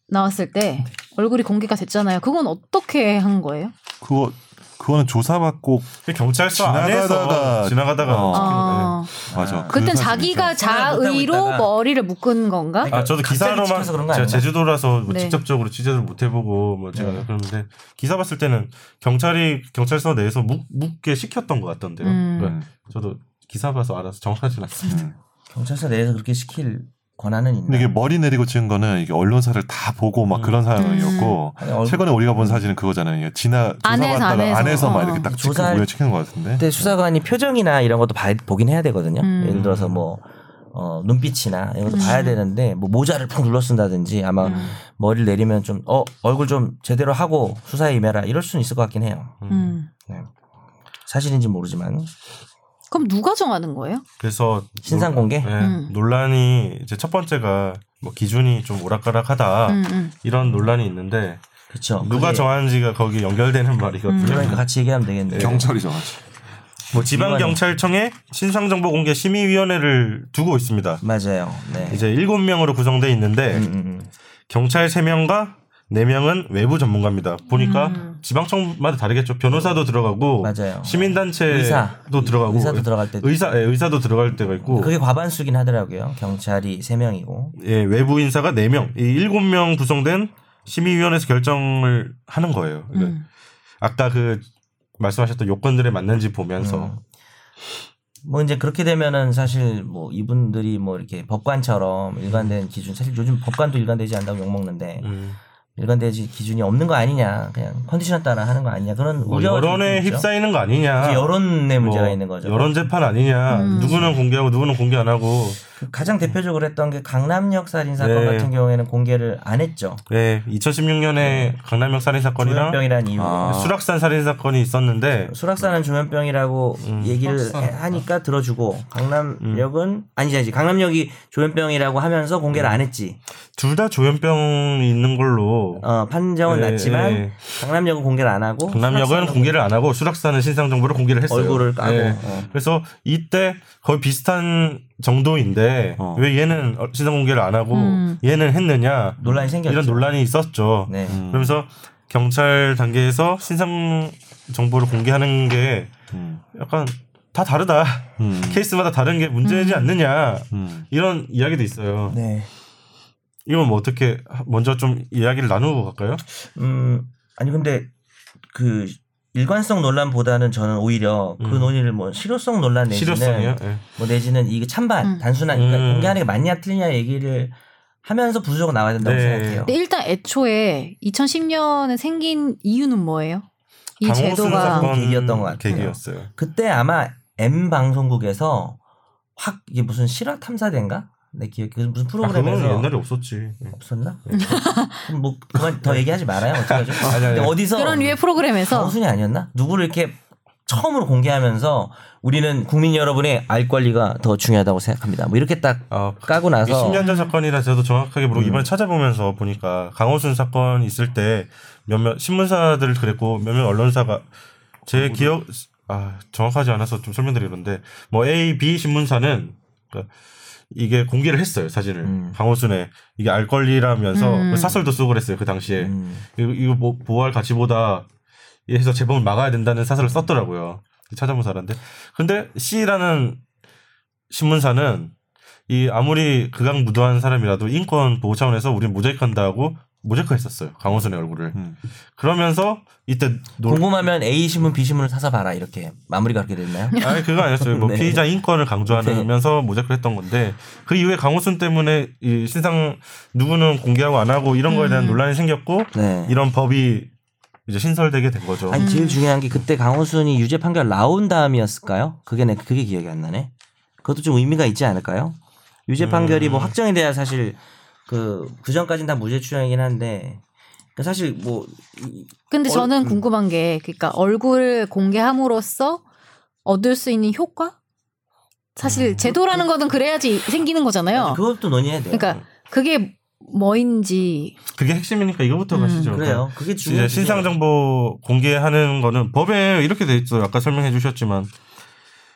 나왔을 때 네. 얼굴이 공개가 됐잖아요. 그건 어떻게 한 거예요? 그거 그거는 조사받고 근데 경찰서 안에서 지나가다가- 지나가다가 어. 어. 아, 네. 맞아. 그 그땐 사진이죠. 자기가 생각을 못하고 자의로 있다가. 네. 머리를 묶은 건가? 아 저도 갑자기 기사로만 찍혀서 그런 거 제가 아닌가? 제주도라서 뭐 네. 직접적으로 취재를 못 해보고 뭐 제가 네. 그런데 기사 봤을 때는 경찰이 경찰서 내에서 묵, 묵게 시켰던 것 같던데요. 음. 네. 그러니까 저도 기사 봐서 알아서 정확하진 않습니다. 음. 경찰서 내에서 그렇게 시킬 권한은 있나? 근데 이게 머리 내리고 찍은 거는 이게 언론사를 다 보고 막 그런 상황이었고 아니, 얼굴- 최근에 우리가 본 사진은 그거잖아요. 이게 지나 음. 안에서, 조사받다가 안에서. 안에서, 막 어. 이렇게 딱 찍고 조사할- 우려 찍는 것 같은데. 그때 수사관이 표정이나 이런 것도 봐, 보긴 해야 되거든요. 음. 예를 들어서 뭐 어, 눈빛이나 이런 것도 음. 봐야 되는데 뭐 모자를 푹 눌러 쓴다든지 아마 음. 머리를 내리면 좀 어 얼굴 좀 제대로 하고 수사에 임해라 이럴 수는 있을 것 같긴 해요. 음. 네. 사실인지 모르지만 그럼 누가 정하는 거예요? 그래서 신상 논- 공개 예, 음. 논란이 이제 첫 번째가 뭐 기준이 좀 아, 오락가락하다 음, 음. 이런 논란이 있는데 그렇죠. 누가 그게- 정하는지가 거기 연결되는 말이거든요. 그러니까 같이 얘기하면 되겠네. 경찰이 정하지. 뭐 지방 경찰청에 신상 정보 공개 심의 위원회를 두고 있습니다. 맞아요. 네. 이제 일곱 명으로 구성돼 있는데 음, 음, 음. 경찰 3명과 4명은 외부 전문가입니다. 보니까 음. 지방청마다 다르겠죠. 변호사도 들어가고 맞아요. 시민단체도 의사. 뭐 들어가고 의사도 들어갈 때 의사 예, 의사도 들어갈 때가 있고 그게 과반수긴 하더라고요. 경찰이 세 명이고 네 예, 외부 인사가 4명. 이 7명 구성된 심의위원회에서 결정을 하는 거예요. 네. 그러니까 음. 아까 그 말씀하셨던 요건들에 맞는지 보면서 음. 뭐 이제 그렇게 되면은 사실 뭐 이분들이 뭐 이렇게 법관처럼 일관된 기준 사실 요즘 법관도 일관되지 않다고 욕 먹는데 음. 일관되지 기준이 없는 거 아니냐 그냥 컨디션 따라 하는 거 아니냐 그런 뭐 우려 여론에 휩싸이는 거 아니냐. 여론의 문제가 뭐 있는 거죠. 여론 재판 아니냐. 음. 누구는 공개하고 누구는 공개 안 하고. 그 가장 대표적으로 했던 게 강남역 살인 사건 네. 같은 경우에는 공개를 안 했죠. 네, 2016년에 강남역 살인 사건이랑 네. 조현병이라는 이유로 아. 수락산 살인 사건이 네. 있었는데 수락산은 조현병이라고 음. 얘기를 해- 하니까 들어주고 강남역은 아니지 아니지 강남역이 조현병이라고 하면서 음. 공개를 안 했지. 둘 다 조현병이 있는 걸로 어, 판정은 예, 났지만 예. 강남역은 공개를 안 하고 강남역은 수락산은 공개를 안 하고 수락산은 신상 정보를 공개를 했어요. 얼굴을 까고 예. 어. 그래서 이때 거의 비슷한 정도인데 어. 왜 얘는 신상 공개를 안 하고 음. 얘는 했느냐 논란이 생겼죠. 이런 논란이 있었죠. 네. 그러면서 경찰 단계에서 신상 정보를 공개하는 게 음. 약간 다 다르다 음. 케이스마다 다른 게 문제지 않느냐 음. 이런 이야기도 있어요. 네. 이건 뭐 어떻게 하- 먼저 좀 이야기를 나누고 갈까요? 음 아니 근데 그 일관성 논란보다는 저는 오히려 그 음. 논의를 뭐 실효성 논란 내지는 실효성이요. 예. 뭐 내지는 이게 찬반 음. 단순한 그러니까 음. 공개하는 게 맞냐 틀리냐 얘기를 하면서 부수적으로 나와야 된다고 네. 생각해요. 근데 일단 애초에 2010년에 생긴 이유는 뭐예요? 이 강호순 제도가 사건 계기였던 것 같아요. 계기였어요. 그때 아마 M 방송국에서 확 이게 무슨 실화 탐사대인가? 내 기억에 그 무슨 아, 그건 프로그램에서 옛날에 없었지. 예. 없었나? 그럼 뭐 그만 더 얘기하지 말아요. 어떡하죠? 아니, 아니. 근데 어디서 그런 류의 프로그램에서 방순이 아니었나? 누구를 이렇게 처음으로 공개하면서 우리는 국민 여러분의 알 권리가 더 중요하다고 생각합니다. 뭐 이렇게 딱 아, 까고 나서 음. 10년 전 사건이라 저도 정확하게 모르고 이번에 찾아보면서 보니까 강호순 사건 있을 때 몇몇 신문사들 그랬고 몇몇 언론사가 제 기억 아 정확하지 않아서 좀 설명드리는데 뭐 A, B 신문사는 그러니까 이게 공개를 했어요 사진을 음. 강호순의 이게 알 권리라면서 음. 그 사설도 쓰고 그랬어요 그 당시에 음, 이거, 이거 뭐 보호할 가치보다 해서 재범을 막아야 된다는 사설을 썼더라고요. 찾아본 사람인데. 근데 C라는 신문사는 이 아무리 극악무도한 사람이라도 인권 보호 차원에서 우린 모자이크한다고 모자이크 했었어요. 강호선의 얼굴을. 음. 그러면서 이때 놀 궁금하면 A 신문, B 신문을 사서 봐라 이렇게 마무리가 그렇게 됐나요? 아니 그거 아니었어요. 뭐 네. 피의자 인권을 강조하면서 모자이크를 했던 건데 그 이후에 강호순 때문에 이 신상 누구는 공개하고 안 하고 이런 거에 대한 음. 논란이 생겼고 네. 이런 법이 이제 신설되게 된 거죠. 아니 제일 중요한 게 그때 강호순이 유죄 판결 나온 다음이었을까요? 그게 내 그게 기억이 안 나네. 그것도 좀 의미가 있지 않을까요? 음. 유죄 판결이 뭐 확정이 돼야 사실 그그 전까지는 다 무죄 추정이긴 한데 그러니까 사실 뭐 이- 근데 얼- 음. 저는 궁금한 게 그러니까 얼굴을 공개함으로써 얻을 수 있는 효과? 사실 제도라는 거는 그래야지 생기는 거잖아요. 음. 그것도 논의해야 돼요. 네. 그러니까 그게 뭐인지 그게 핵심이니까 이거부터 음, 가시죠. 그러니까 그래요. 그게 중요해요. 이제 신상 정보 공개하는 거는 법에 이렇게 돼 있어요. 아까 설명해 주셨지만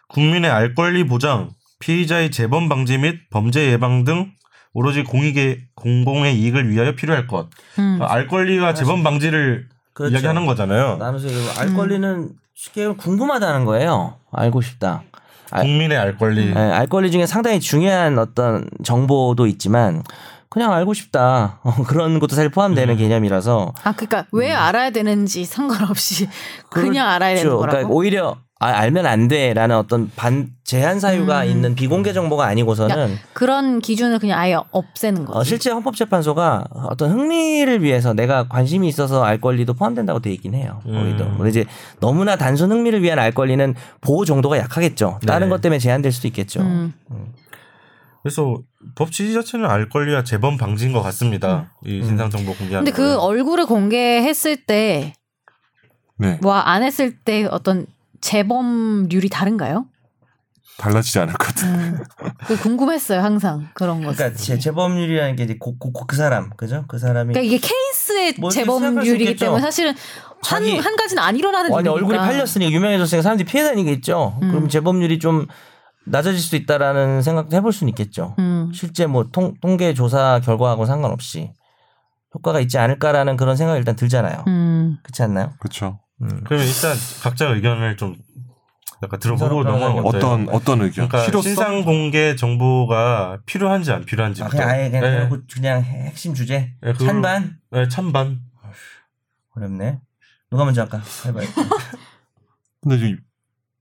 국민의 알 권리 보장, 피의자의 재범 방지 및 범죄 예방 등 오로지 공익의 공공의 이익을 위하여 필요할 것. 아. 그러니까 음. 알 권리가 재범 방지를 그렇죠. 이야기하는 거잖아요. 음. 나면서 이거 알 권리는 쉽게 얘기하면 궁금하다는 거예요. 알고 싶다. 알- 국민의 알 권리. 예, 알 권리 중에 상당히 중요한 어떤 정보도 있지만 그냥 알고 싶다 어, 그런 것도 사실 음. 포함되는 개념이라서 아 그러니까 왜 알아야 되는지 상관없이 그냥 알아야 되는 음. 그렇죠. 거라고. 그러니까 오히려 아, 알면 안 돼라는 어떤 반 제한 사유가 있는 비공개 정보가 그러니까 아니고서는 음. 그런 기준을 그냥 아예 없애는 거죠. 어, 실제 헌법재판소가 어떤 흥미를 위해서 내가 관심이 있어서 알 권리도 포함된다고 돼 있긴 해요. 거기도. 근데 이제 너무나 단순 흥미를 위한 알 권리는 보호 정도가 약하겠죠. 다른 네. 것 때문에 제한될 수도 있겠죠. 음. 그래서 법 취지 자체는 알 권리와 재범 방지인 것 같습니다. 음. 이 신상 정보 공개하는. 근데 그 네. 거는. 얼굴을 공개했을 때 네. 와 안 했을 때 어떤 재범률이 다른가요? 달라지지 않을 것 같아. 음. 그 궁금했어요 항상 그런 거. 그러니까 제, 재범률이라는 게 이제 고, 고, 고- 그 사람 그죠? 그 사람이 그러니까 이게 케이스의 뭐 이렇게 생각할 수 재범률이기 있겠죠. 때문에 사실은 한, 자기- 한 가지는 안 일어나는 그러니까 일이니까. 음. 아니 얼굴이 팔렸으니까 유명해졌으니까 사람들이 피해 다니겠죠. 그럼 재범률이 좀 낮아질 수도 있다라는 생각도 해볼 수는 있겠죠. 음. 실제 뭐 통, 통계 조사 결과하고 상관없이 효과가 있지 않을까라는 그런 생각이 일단 들잖아요. 음. 음. 그렇지 않나요? 그렇죠. 그러면 일단 각자 의견을 좀 약간 들어보고 신상 넘어간 건데 어떤 어떤 의견? 그러니까 실효성? 신상 공개 정보가 필요한지 안 필요한지 아, 그냥 아예 그냥 대놓고 그냥 핵심 주제 네, 그걸로- 찬반 네, 찬반 어렵네. 누가 먼저 할까? 해봐요. 근데 지금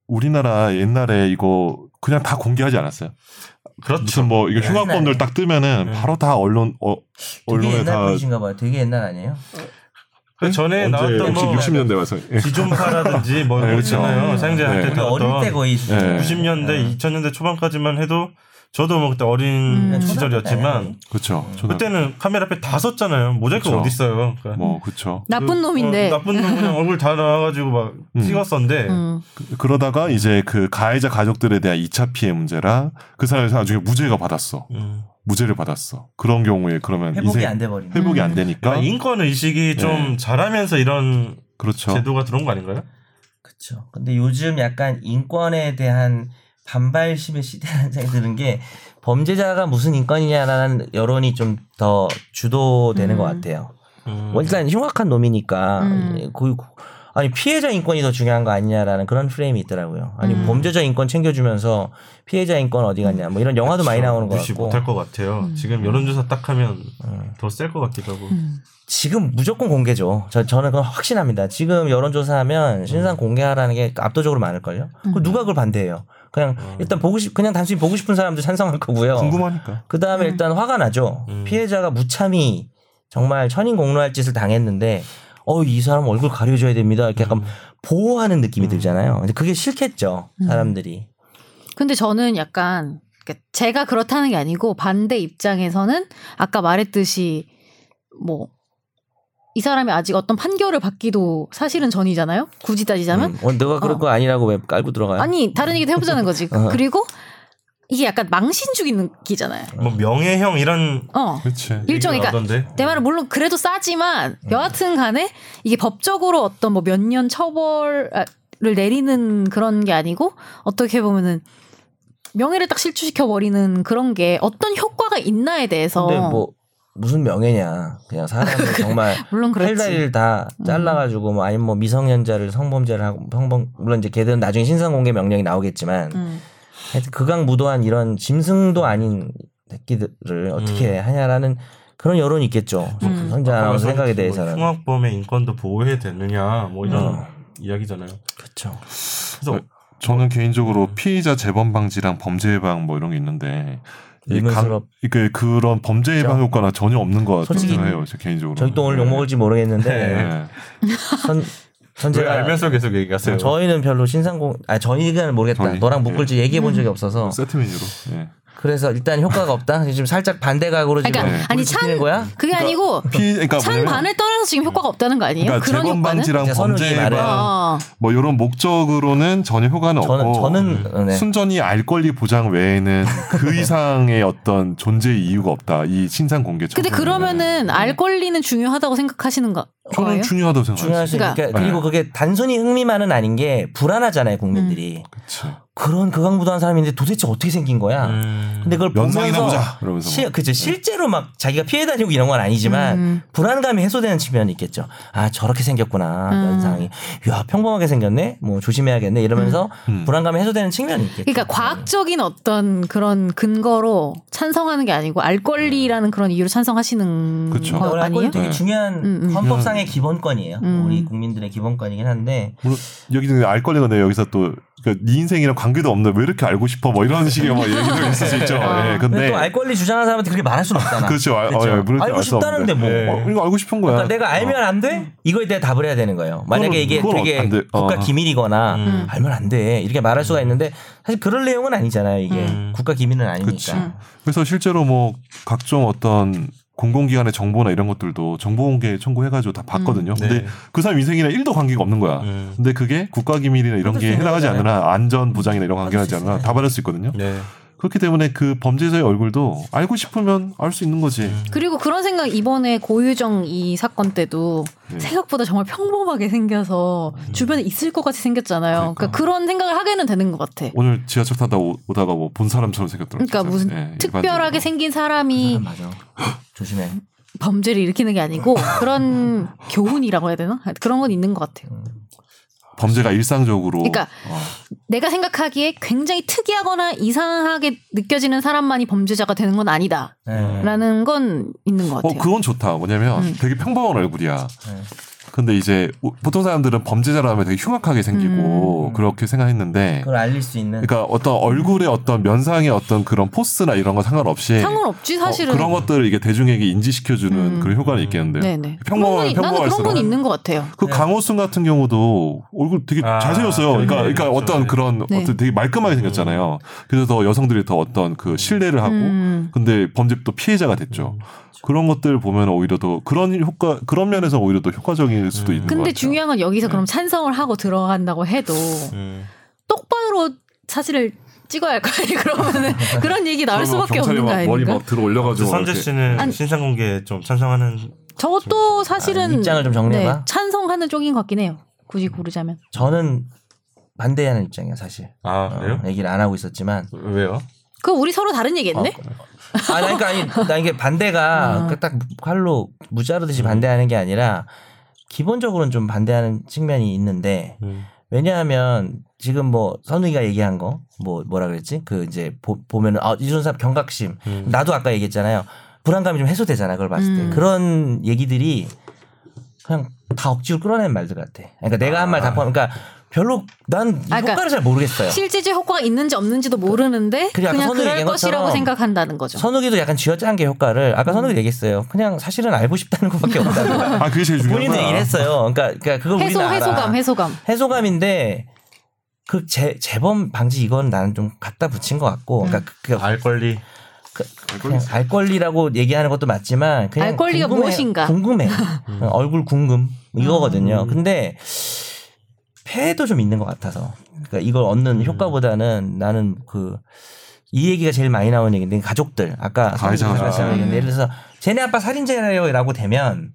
우리나라 옛날에 이거 그냥 다 공개하지 않았어요. 그렇죠 무슨 뭐 이거 흉악범들 딱 뜨면은 네. 바로 다 언론 어, 되게 언론에 옛날 다 예? 분이신가 봐요. 되게 옛날 아니에요? 그 전에 나왔던 혹시 뭐 60년대 와서 예. 지존파라든지 뭐 네, 그렇죠. 있잖아요 사용자한테 네. 우리 다 어릴 때 어떤 거의 네. 90년대 2000년대 초반까지만 해도 저도 뭐 그때 어린 음. 시절이었지만 그렇죠. 저는 그때는 카메라 앞에 다 섰잖아요 모자이크 그렇죠. 어디 있어요 그러니까 뭐 그렇죠. 나쁜 그, 놈인데. 어, 나쁜 놈 그냥 얼굴 다 나와가지고 막 음. 찍었었는데 음. 그러다가 이제 그 가해자 가족들에 대한 2차 피해 문제랑 그 사람이 나중에 무죄가 받았어. 음. 무죄를 받았어. 그런 경우에 그러면 회복이 인생 안 돼 버리네. 회복이 안 음. 되니까 약간 아, 인권 의식이 좀 자라면서 이런 네. 그렇죠. 제도가 들어온 거 아닌가요? 그렇죠. 근데 요즘 약간 인권에 대한 반발심의 시대라는 생각이 드는 게 범죄자가 무슨 인권이냐라는 여론이 좀 더 주도되는 음. 것 같아요. 음. 뭐 일단 흉악한 놈이니까 음. 거의 고- 아니 피해자 인권이 더 중요한 거 아니냐라는 그런 프레임이 있더라고요. 아니 음. 범죄자 인권 챙겨주면서 피해자 인권 어디 갔냐 뭐 이런 영화도 많이 나오는 것 그렇죠. 무시 같고 못할 것 같아요. 지금 여론조사 딱 하면 음. 더 셀 것 같기도 하고. 음. 지금 무조건 공개죠. 저 저는 그건 확신합니다. 지금 여론조사하면 신상 음. 공개하라는 게 압도적으로 많을 걸요. 음. 그 누가 그걸 반대해요? 그냥 음. 일단 보고 싶 그냥 단순히 보고 싶은 사람들 찬성할 거고요. 궁금하니까. 그 다음에 일단 화가 나죠. 음. 피해자가 무참히 정말 천인공노할 짓을 당했는데, 어, 이 사람 얼굴 가려줘야 됩니다. 이렇게 음. 약간 보호하는 느낌이 들잖아요. 근데 그게 싫겠죠, 음. 사람들이. 근데 저는 약간 그러니까 제가 그렇다는 게 아니고 반대 입장에서는 아까 말했듯이 뭐 이 사람이 아직 어떤 판결을 받기도 사실은 전이잖아요. 굳이 따지자면 음. 어, 너가 그럴 어. 거 아니라고 왜 깔고 들어가요? 아니 다른 얘기도 해보자는 거지. 음. 어. 그리고 이게 약간 망신 죽이기잖아요. 뭐 명예형 이런 어. 그렇지. 일종의 얘기가 그러니까 나오던데. 내 말은 물론 그래도 싸지만 여하튼 간에 이게 법적으로 어떤 뭐 몇 년 처벌을 내리는 그런 게 아니고 어떻게 보면은 명예를 딱 실추시켜 버리는 그런 게 어떤 효과가 있나에 대해서 근데 뭐, 무슨 명예냐. 그냥 사람을 정말 물론 그렇지. 음. 팔다리를 다 잘라가지고, 뭐, 아니면 뭐 미성년자를 성범죄를 하고, 성범, 물론 이제 걔들은 나중에 신상공개 명령이 나오겠지만, 음. 하여튼 극악무도한 이런 짐승도 아닌 새끼들을 어떻게 하냐라는 그런 여론이 있겠죠. 음. 현재 아나운서 생각에 대해서는. 뭐 흉악범의 인권도 보호해야 되느냐 뭐 이런 음. 이야기잖아요. 그렇죠. 그래서 저는 개인적으로 피의자 재범 방지랑 범죄 예방 뭐 이런 게 있는데 이 강, 의문스럽- 그 그런 범죄 예방 효과나 전혀 없는 것 솔직히 같아요. 예. 해요, 저 개인적으로. 저희 또 오늘 욕 먹을지 모르겠는데 음. 네. 선 왜 선재가 알면서 계속 얘기하세요? 저희는 별로 신상공 아 저희는 모르겠다. 저희? 너랑 묶을지 얘기해 본 음. 적이 없어서 세트 메뉴로. 예. 그래서 일단 효과가 없다. 지금 살짝 반대 각으로 지금 그러니까 네. 아니 시키는 찬 거야. 그게 아니고 음. 피 그러니까 찬 뭐냐면 반을 떠나서 지금 효과가 없다는 거 아니에요? 그러니까 그런 재범 효과는 방지랑 이제 선을 범죄 위에 말해요. 예방 어. 뭐 이런 목적으로는 전혀 효과는 저는 없고 음. 저는 어, 네. 순전히 알 권리 보장 외에는 그 이상의 어떤 존재 이유가 없다. 이 신상 공개. 근데 그러면은 알 권리는 중요하다고 생각하시는 거 저는 거예요? 중요하다고 중요할 생각해요. 수 있으니까 그러니까- 그리고 그게 단순히 흥미만은 아닌 게 불안하잖아요 국민들이 음. 그치. 그런 극악무도한 사람인데 도대체 어떻게 생긴 거야? 음. 근데 그걸 면상이나 보면서 보자. 이러면서 시, 그죠 실제로 막 자기가 피해 다니고 이런 건 아니지만 음. 불안감이 해소되는 측면이 있겠죠. 아 저렇게 생겼구나 음. 면상이. 야 평범하게 생겼네. 뭐 조심해야겠네 이러면서 음. 불안감이 해소되는 측면이 있겠죠. 그러니까 네. 과학적인 어떤 그런 근거로 찬성하는 게 아니고 알 권리라는 그런 이유로 찬성하시는 네. 그쵸. 거 원래 아니에요? 그러니까 그건 되게 네. 중요한 음, 음. 헌법상의 기본권이에요. 음. 우리 국민들의 기본권이긴 한데 물론 여기 알 권리가 내 여기서 또 그러니까 네 인생이랑 관계도 없는데 왜 이렇게 알고 싶어 뭐 이런 식의 막 얘기도 있을 수 있죠. 아. 예. 근데 근데 또 알 권리 주장하는 사람한테 그렇게 말할 수는 없잖아. 그렇죠. 알, 그렇죠. 어, 예, 물론 알고 알수 없는데. 싶다는데 뭐. 예. 이거 알고 싶은 거야. 어. 그러니까 내가 알면 안 돼? 이거에 대해 답을 해야 되는 거예요. 만약에 이게 그건 되게 안 돼. 어. 음. 국가 기밀이거나 음. 알면 안 돼. 이렇게 말할 수가 있는데 사실 그럴 내용은 아니잖아요. 이게 음. 국가 기밀은 그치. 아니니까. 그래서 실제로 뭐 각종 어떤 공공기관의 정보나 이런 것들도 정보공개 청구해가지고 다 음, 봤거든요. 근데 네. 그 사람 인생이랑 일도 관계가 없는 거야. 음. 근데 그게 국가기밀이나 이런 네. 그것도 게 해당하지 중요하잖아요. 않으나 안전 보장이나 이런 관계가 하지 네. 그럴 수 않으나 있어요. 다 받을 수 있거든요. 네. 그렇기 때문에 그 범죄자의 얼굴도 알고 싶으면 알 수 있는 거지. 음. 그리고 그런 생각 이번에 고유정 이 사건 때도 네. 음. 생각보다 정말 평범하게 생겨서 주변에 있을 것 같이 생겼잖아요. 그러니까, 그러니까. 네, 그런 생각을 하게는 되는 것 같아. 오늘 지하철 타다 오- 오다가 뭐 본 사람처럼 생겼더라고요. 예, 그러니까 무슨 특별하게 생긴 사람이 사람 맞아. 조심해. 음. 범죄를 일으키는 게 아니고 그런 교훈이라고 해야 되나? 하여튼 그런 건 있는 것 같아요. 범죄가 일상적으로 그러니까 어, 내가 생각하기에 굉장히 특이하거나 이상하게 느껴지는 사람만이 범죄자가 되는 건 아니다라는 네. 건 있는 것 어, 같아요. 그건 좋다. 왜냐면 음. 되게 평범한 얼굴이야. 네. 근데 이제 우- 보통 사람들은 범죄자라면 되게 흉악하게 생기고 음. 그렇게 생각했는데 그걸 알릴 수 있는 그러니까 어떤 얼굴의 어떤 면상의 어떤 그런 포스나 이런 건 상관없이 상관없지 어, 사실은. 그런 것들을 이게 대중에게 인지시켜주는 음. 그런 효과는 있겠는데요. 네네. 그런 평범하면 건- 나는 그런 건 평범할수록 있는 것 같아요. 그 네. 강호순 같은 경우도 얼굴 되게 아, 잘생겼어요. 그러니까, 그렇죠. 그러니까 어떤 그런 네. 어떤 되게 말끔하게 생겼잖아요. 그래서 더 여성들이 더 어떤 그 신뢰를 하고 음. 근데 범죄도 피해자가 됐죠. 음, 그런 것들 보면 오히려 더 그런 효과 그런 면에서 오히려 더 효과적일 수도 음. 있는 것 근데 같아요. 중요한 건 여기서 그럼 찬성을 하고 들어간다고 해도 음. 똑바로 사실을 찍어야 할 거 아니에요. 그러면은 그런 얘기 나올 그러면 뭐 수밖에 경찰이 없는 거 막 머리 뭐 아닙니까? 막 들어 올려가지고 선재 이렇게. 씨는 아니. 신상 공개 좀 찬성하는 저것도 사실은 네, 아, 입장을 좀 정리해봐. 찬성하는 쪽인 것 같긴 해요. 굳이 고르자면 저는 반대하는 입장이야 사실 아 어, 그래요? 얘기를 안 하고 있었지만 왜요? 그 우리 서로 다른 얘기인데 아 그러니까 아니 나 이게 반대가 아. 그딱 칼로 음. 무자르듯이 반대하는 게 아니라 기본적으로는 좀 반대하는 측면이 있는데 음. 왜냐하면 지금 뭐 선우이가 얘기한 거 뭐 뭐라 그랬지 그 이제 보, 보면은 아 이준섭 경각심 음. 나도 아까 얘기했잖아요 불안감이 좀 해소되잖아 그걸 봤을 때 음. 그런 얘기들이 그냥 다 억지로 끌어낸 말들 같아 그러니까 내가 한 말 다 포함 그러니까 별로 난이 아, 그러니까 효과를 잘 모르겠어요 실제적 효과가 있는지 없는지도 모르는데 그래, 아까 그냥 선우가 그럴 얘기한 것이라고 것처럼 생각한다는 거죠. 선욱이도 약간 쥐어짠 게 효과를 음. 아까 선욱이 얘기했어요 그냥 사실은 알고 싶다는 것밖에 없다는 거야 아 그게 제일 중요한 본인도 거야. 얘기를 했어요 그러니까, 그러니까 그걸 해소 우리는 알아. 해소감 해소감. 해소감인데 그 재, 재범 방지 이건 나는 좀 갖다 붙인 것 같고 그러니까 그- 그- 알 권리. 아, 그냥 알 권리라고 얘기하는 것도 맞지만 그냥 알 권리가 궁금해, 무엇인가? 궁금해 어, 얼굴 궁금 이거거든요 근데 폐도 좀 있는 것 같아서 그러니까 이걸 얻는 효과보다는 나는 그 이 얘기가 제일 많이 나오는 얘기인데 가족들 아까 가해자가 선생님이 말씀하신 아. 얘기인데 예를 들어서 쟤네 아빠 살인죄라고 되면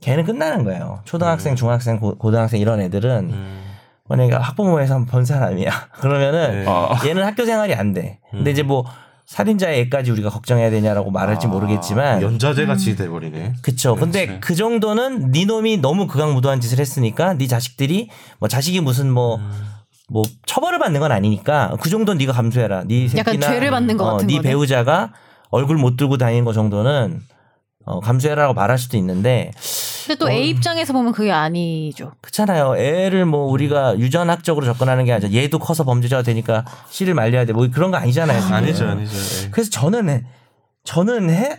걔는 끝나는 거예요 초등학생 중학생 고, 고등학생 이런 애들은 음. 만약에 학부모에서 한번 본 사람이야. 그러면은 네. 아, 얘는 학교 생활이 안 돼. 근데 이제 뭐 살인자의 애까지 우리가 걱정해야 되냐라고 말할지 아, 모르겠지만 연좌제 같이 돼버리네. 그쵸. 그치. 근데 그 정도는 네 놈이 너무 극악무도한 짓을 했으니까 네 자식들이 뭐 자식이 무슨 뭐 음. 뭐 처벌을 받는 건 아니니까 그 정도는 네가 감수해라. 네 새끼나 음. 약간 죄를 받는 것 어, 같은 네 거네. 배우자가 얼굴 못 들고 다니는 거 정도는 어, 감수해라라고 말할 수도 있는데 근데 또 A 입장에서 보면 그게 아니죠. 그렇잖아요. 애를 뭐 음. 우리가 유전학적으로 접근하는 게 아니라 얘도 커서 범죄자가 되니까 씨를 말려야 돼. 뭐 그런 거 아니잖아요. 지금. 아니죠, 아니죠. 예. 그래서 저는 해- 저는 해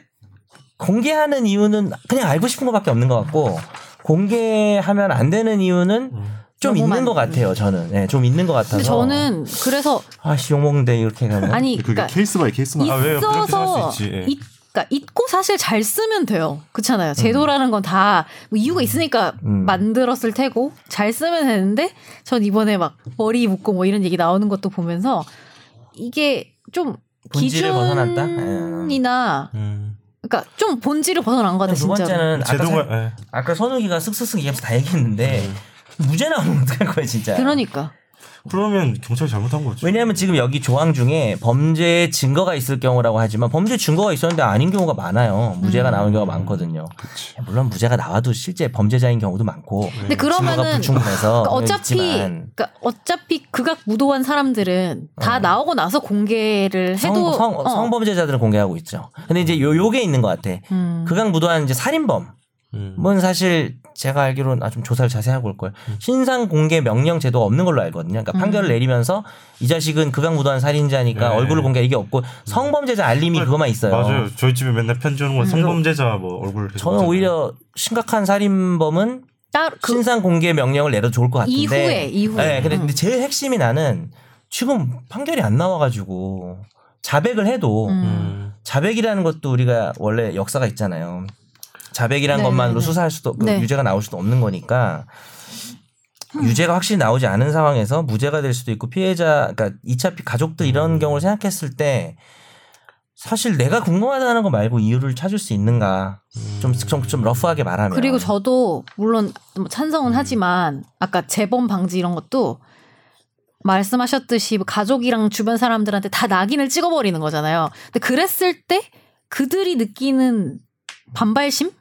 공개하는 이유는 그냥 알고 싶은 것밖에 없는 것 같고 공개하면 안 되는 이유는 음. 좀 너무 있는 많- 것 같아요. 저는 예, 좀 있는 것 같아서. 근데 네, 저는 그래서 아씨 욕먹는데 이렇게 가면 아니 그게 그러니까 케이스 바이 케이스만 아, 왜요? 그렇게 있어서 살수 있지, 예. 있, 그러니까 있고 사실 잘 쓰면 돼요. 그렇잖아요. 제도라는 건 다뭐 이유가 있으니까 음. 만들었을 테고 잘 쓰면 되는데 전 이번에 막 머리 묶고 뭐 이런 얘기 나오는 것도 보면서 이게 좀 본질을 벗어났다? 기준이나 음. 그러니까 좀 본질을 벗어난 것 같아 두 진짜. 번째는 아까, 제도가 사- 예. 아까 선우기가 쓱쓱쓱 얘기하면서 다 얘기했는데 음. 무죄 나오면 어떡할 거야 진짜. 그러니까 그러면 경찰이 잘못한 거죠. 그렇죠. 왜냐하면 지금 여기 조항 중에 범죄 증거가 있을 경우라고 하지만 범죄 증거가 있었는데 아닌 경우가 많아요. 음. 무죄가 나오는 경우가 많거든요. 물론 무죄가 나와도 실제 범죄자인 경우도 많고. 네. 근데 증거가 그러면은 부충분해서 그러니까 어차피 있지만 그러니까 어차피 극악 무도한 사람들은 다 나오고 나서 공개를 어. 성, 해도 성, 어. 성범죄자들은 공개하고 있죠. 근데 이제 요, 요게 있는 것 같아. 음. 극악무도한 이제 살인범. 음. 은 사실 제가 알기로는 아 좀 조사를 자세히 하고 올 걸. 신상 공개 명령 제도가 없는 걸로 알거든요. 음. 그러니까 판결을 내리면서 이 자식은 극악무도한 살인자니까 네. 얼굴을 공개 이게 없고 성범죄자 알림이 그거만 있어요. 맞아요. 저희 집에 맨날 편지 음. 오는 건 성범죄자 뭐 얼굴. 계속 저는 있잖아요. 오히려 심각한 살인범은 따- 그- 신상 공개 명령을 내려도 좋을 것 같은데 이후에, 이후에. 네, 근데, 음. 근데 제일 핵심이 나는 지금 판결이 안 나와가지고 자백을 해도 음. 음. 자백이라는 것도 우리가 원래 역사가 있잖아요. 자백이란 네, 것만으로 네, 네. 수사할 수도 그 네. 유죄가 나올 수도 없는 거니까 유죄가 확실히 나오지 않은 상황에서 무죄가 될 수도 있고 피해자 그러니까 2차 피 가족들 이런 음. 경우를 생각했을 때 사실 내가 궁금하다는 거 말고 이유를 찾을 수 있는가 좀 좀 좀 러프하게 말하면 음. 그리고 저도 물론 뭐 음. 찬성은 하지만 아까 재범 방지 이런 것도 말씀하셨듯이 뭐 가족이랑 주변 사람들한테 다 낙인을 찍어버리는 거잖아요. 근데 그랬을 때 그들이 느끼는 반발심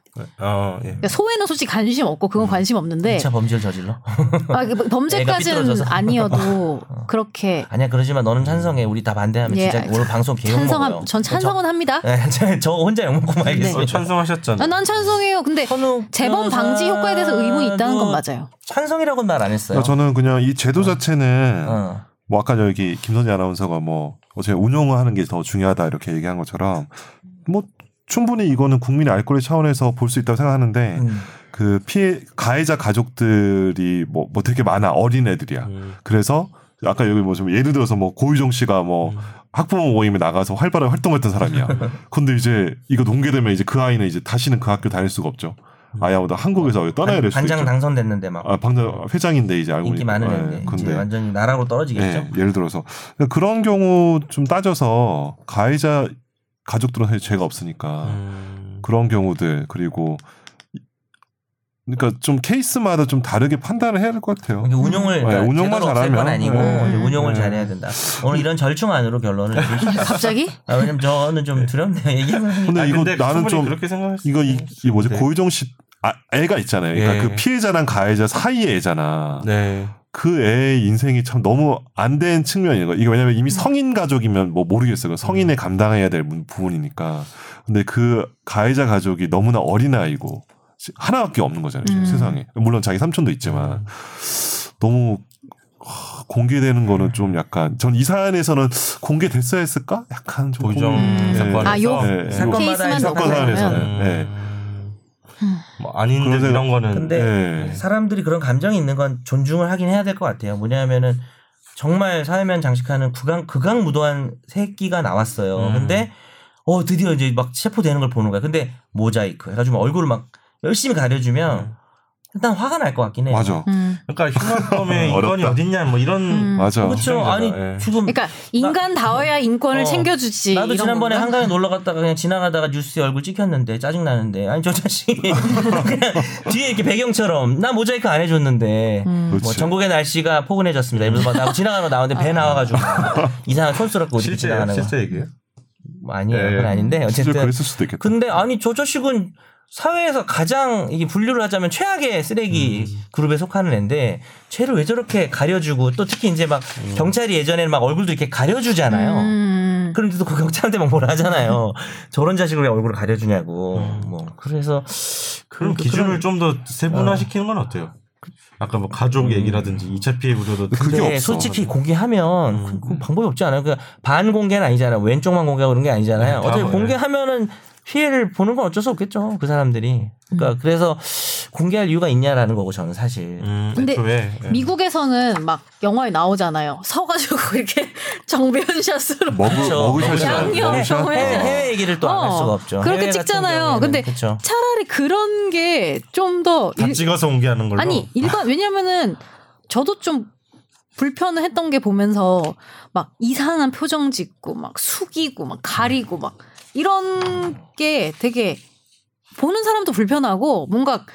어, 예. 그러니까 소외는 솔직히 관심 없고 그건 음. 관심 없는데 2차 범죄를 저질러? 아, 그 애가 범죄까지는 삐뚤어져서. 아니어도 그렇게 아니야 그러지만 너는 찬성해. 우리 다 반대하면 예, 진짜 알- 오늘 방송 개욕 찬성함 먹어요. 전 네. 찬성은 합니다. 예, 저, 저 혼자 욕먹고 말겠어요. 어, 찬성하셨잖아요. 아, 난 찬성해요. 근데 아, 재범 방지 효과에 대해서 의문이 있다는 건 맞아요. 찬성이라고는 말 안 했어요. 그러니까 저는 그냥 이 제도 자체는 어. 뭐 아까 여기 김선희 아나운서가 뭐 어제 운영을 하는 게 더 중요하다 이렇게 얘기한 것처럼 뭐 충분히 이거는 국민의 알 권리 차원에서 볼 수 있다고 생각하는데 음. 그 피해 가해자 가족들이 뭐 뭐 되게 많아 어린 애들이야. 음. 그래서 아까 여기 뭐 좀 예를 들어서 뭐 고유정 씨가 음. 뭐 음. 학부모 모임에 나가서 활발하게 활동했던 사람이야. 근데 이제 이거 동계되면 이제 그 아이는 이제 다시는 그 학교 다닐 수가 없죠. 아야, 나 한국에서 왜 떠나야 될 수도 반장 있죠. 음. 어. 당선됐는데 막 아, 방장 회장인데 이제 알고 인기 많은 예, 애인데 이제 근데 완전히 나락으로 떨어지겠죠. 예, 예를 들어서 그러니까 그런 경우 좀 따져서 가해자 가족들은 사실 죄가 없으니까 음. 그런 경우들 그리고 이- 그러니까 좀 케이스마다 좀 다르게 판단을 해야 될 것 같아요. 음. 이게 운용을 네, 그러니까 운용만 제대로 없앨 잘하면. 건 아니고 네. 운용을 네. 잘해야 된다. 오늘 이런 절충안으로 결론을 드릴 수 있어요. 갑자기 아, 왜냐면 저는 좀 두렵네요. 얘기하는 근데 아니, 이거 근데 나는 충분히 좀 그렇게 생각했어요. 이거 이, 이 뭐지 네. 고유정 씨 아, 애가 있잖아요. 그러니까 예. 그 피해자랑 가해자 사이의 애잖아. 네. 그 애의 인생이 참 너무 안 된 측면이에요. 이거. 이게 왜냐면 음. 이미 성인 가족이면 뭐 모르겠어요. 성인에 감당해야 될 문- 부분이니까. 근데 그 가해자 가족이 너무나 어린 아이고 시- 하나밖에 없는 거잖아요. 지금 음. 세상에. 물론 자기 삼촌도 음. 있지만 너무 하, 공개되는 음. 거는 좀 약간 전 이 사안에서는 공개됐어야 했을까? 약간 좀 고정 네. 음. 사건에서 아, 요 예, 예. 사건마다 케이스만 놓고 사건 보면 사안에서는. 네. 음. 뭐 아닌데 그런 이런 거는 예. 근데 네. 사람들이 그런 감정이 있는 건 존중을 하긴 해야 될 것 같아요. 뭐냐면은 정말 사회면 장식하는 구강 극강 무도한 새끼가 나왔어요. 음. 근데 어 드디어 이제 막 체포되는 걸 보는 거야. 근데 모자이크 해가지고 막 얼굴을 막 열심히 가려주면 일단 화가 날 것 같긴 해요. 맞아. 음. 그러니까 휴먼컴에 인권이 어렵다. 어딨냐 뭐 이런 음. 맞아. 그렇죠. 걱정이잖아. 아니 예. 지금 그러니까 인간다워야 인권을 어. 챙겨주지. 나도 이런 지난번에 건가? 한강에 놀러 갔다가 그냥 지나가다가 뉴스에 얼굴 찍혔는데 짜증 나는데 아니 저 자식이 그냥 뒤에 이렇게 배경처럼 나 모자이크 안 해줬는데 음. 그렇지. 뭐 전국의 날씨가 포근해졌습니다. 이러면서 막 나 지나가러 나오는데 배 나와가지고 이상한 촌스럽고 어디 아. 실제 지나가는 거. 실제 얘기예요. 뭐 아니에요. 예, 예. 그건 아닌데 진짜 어쨌든 그랬을 수도 있겠다. 근데 아니 저 자식은 사회에서 가장 이게 분류를 하자면 최악의 쓰레기 음. 그룹에 속하는 애인데 쟤를 왜 저렇게 가려주고 또 특히 이제 막 음. 경찰이 예전에는 막 얼굴도 이렇게 가려주잖아요. 음. 그런데도 그 경찰한테 막 뭐라 하잖아요. 저런 자식을 왜 얼굴을 가려주냐고. 뭐 그래서 음. 그러니까 그런 기준을 좀 더 세분화시키는 건 어때요? 아까 뭐 가족 얘기라든지 2차 피해 우려도 그게 근데 근데 없어. 네, 솔직히 공개하면 음, 그- 그 방법이 없지 않아요? 그러니까 반공개는 아니잖아요. 왼쪽만 공개하고 그런 게 아니잖아요. 네, 어차피 다음은, 공개하면은 피해를 보는 건 어쩔 수 없겠죠. 그 사람들이. 그러니까 그래서 공개할 이유가 있냐라는 거고 저는 사실. 음, 근데 애초에 예. 네. 미국에서는 막 영화에 나오잖아요. 서가지고 이렇게 정면샷으로 머그 그렇죠. 네, 머그샷이야. 양념 머그샷? 정말. 어. 해외, 해외 얘기를 또 안 할 어, 수가 없죠. 그렇게 해외 같은 찍잖아요. 경우에는 근데 그렇죠. 차라리 그런 게 좀 더 다 찍어서 공개하는 걸로 아니 일반 왜냐면은 저도 좀 불편을 했던 게 보면서 막 이상한 표정 짓고 막 숙이고 막 가리고 막 이런 게 되게 보는 사람도 불편하고 뭔가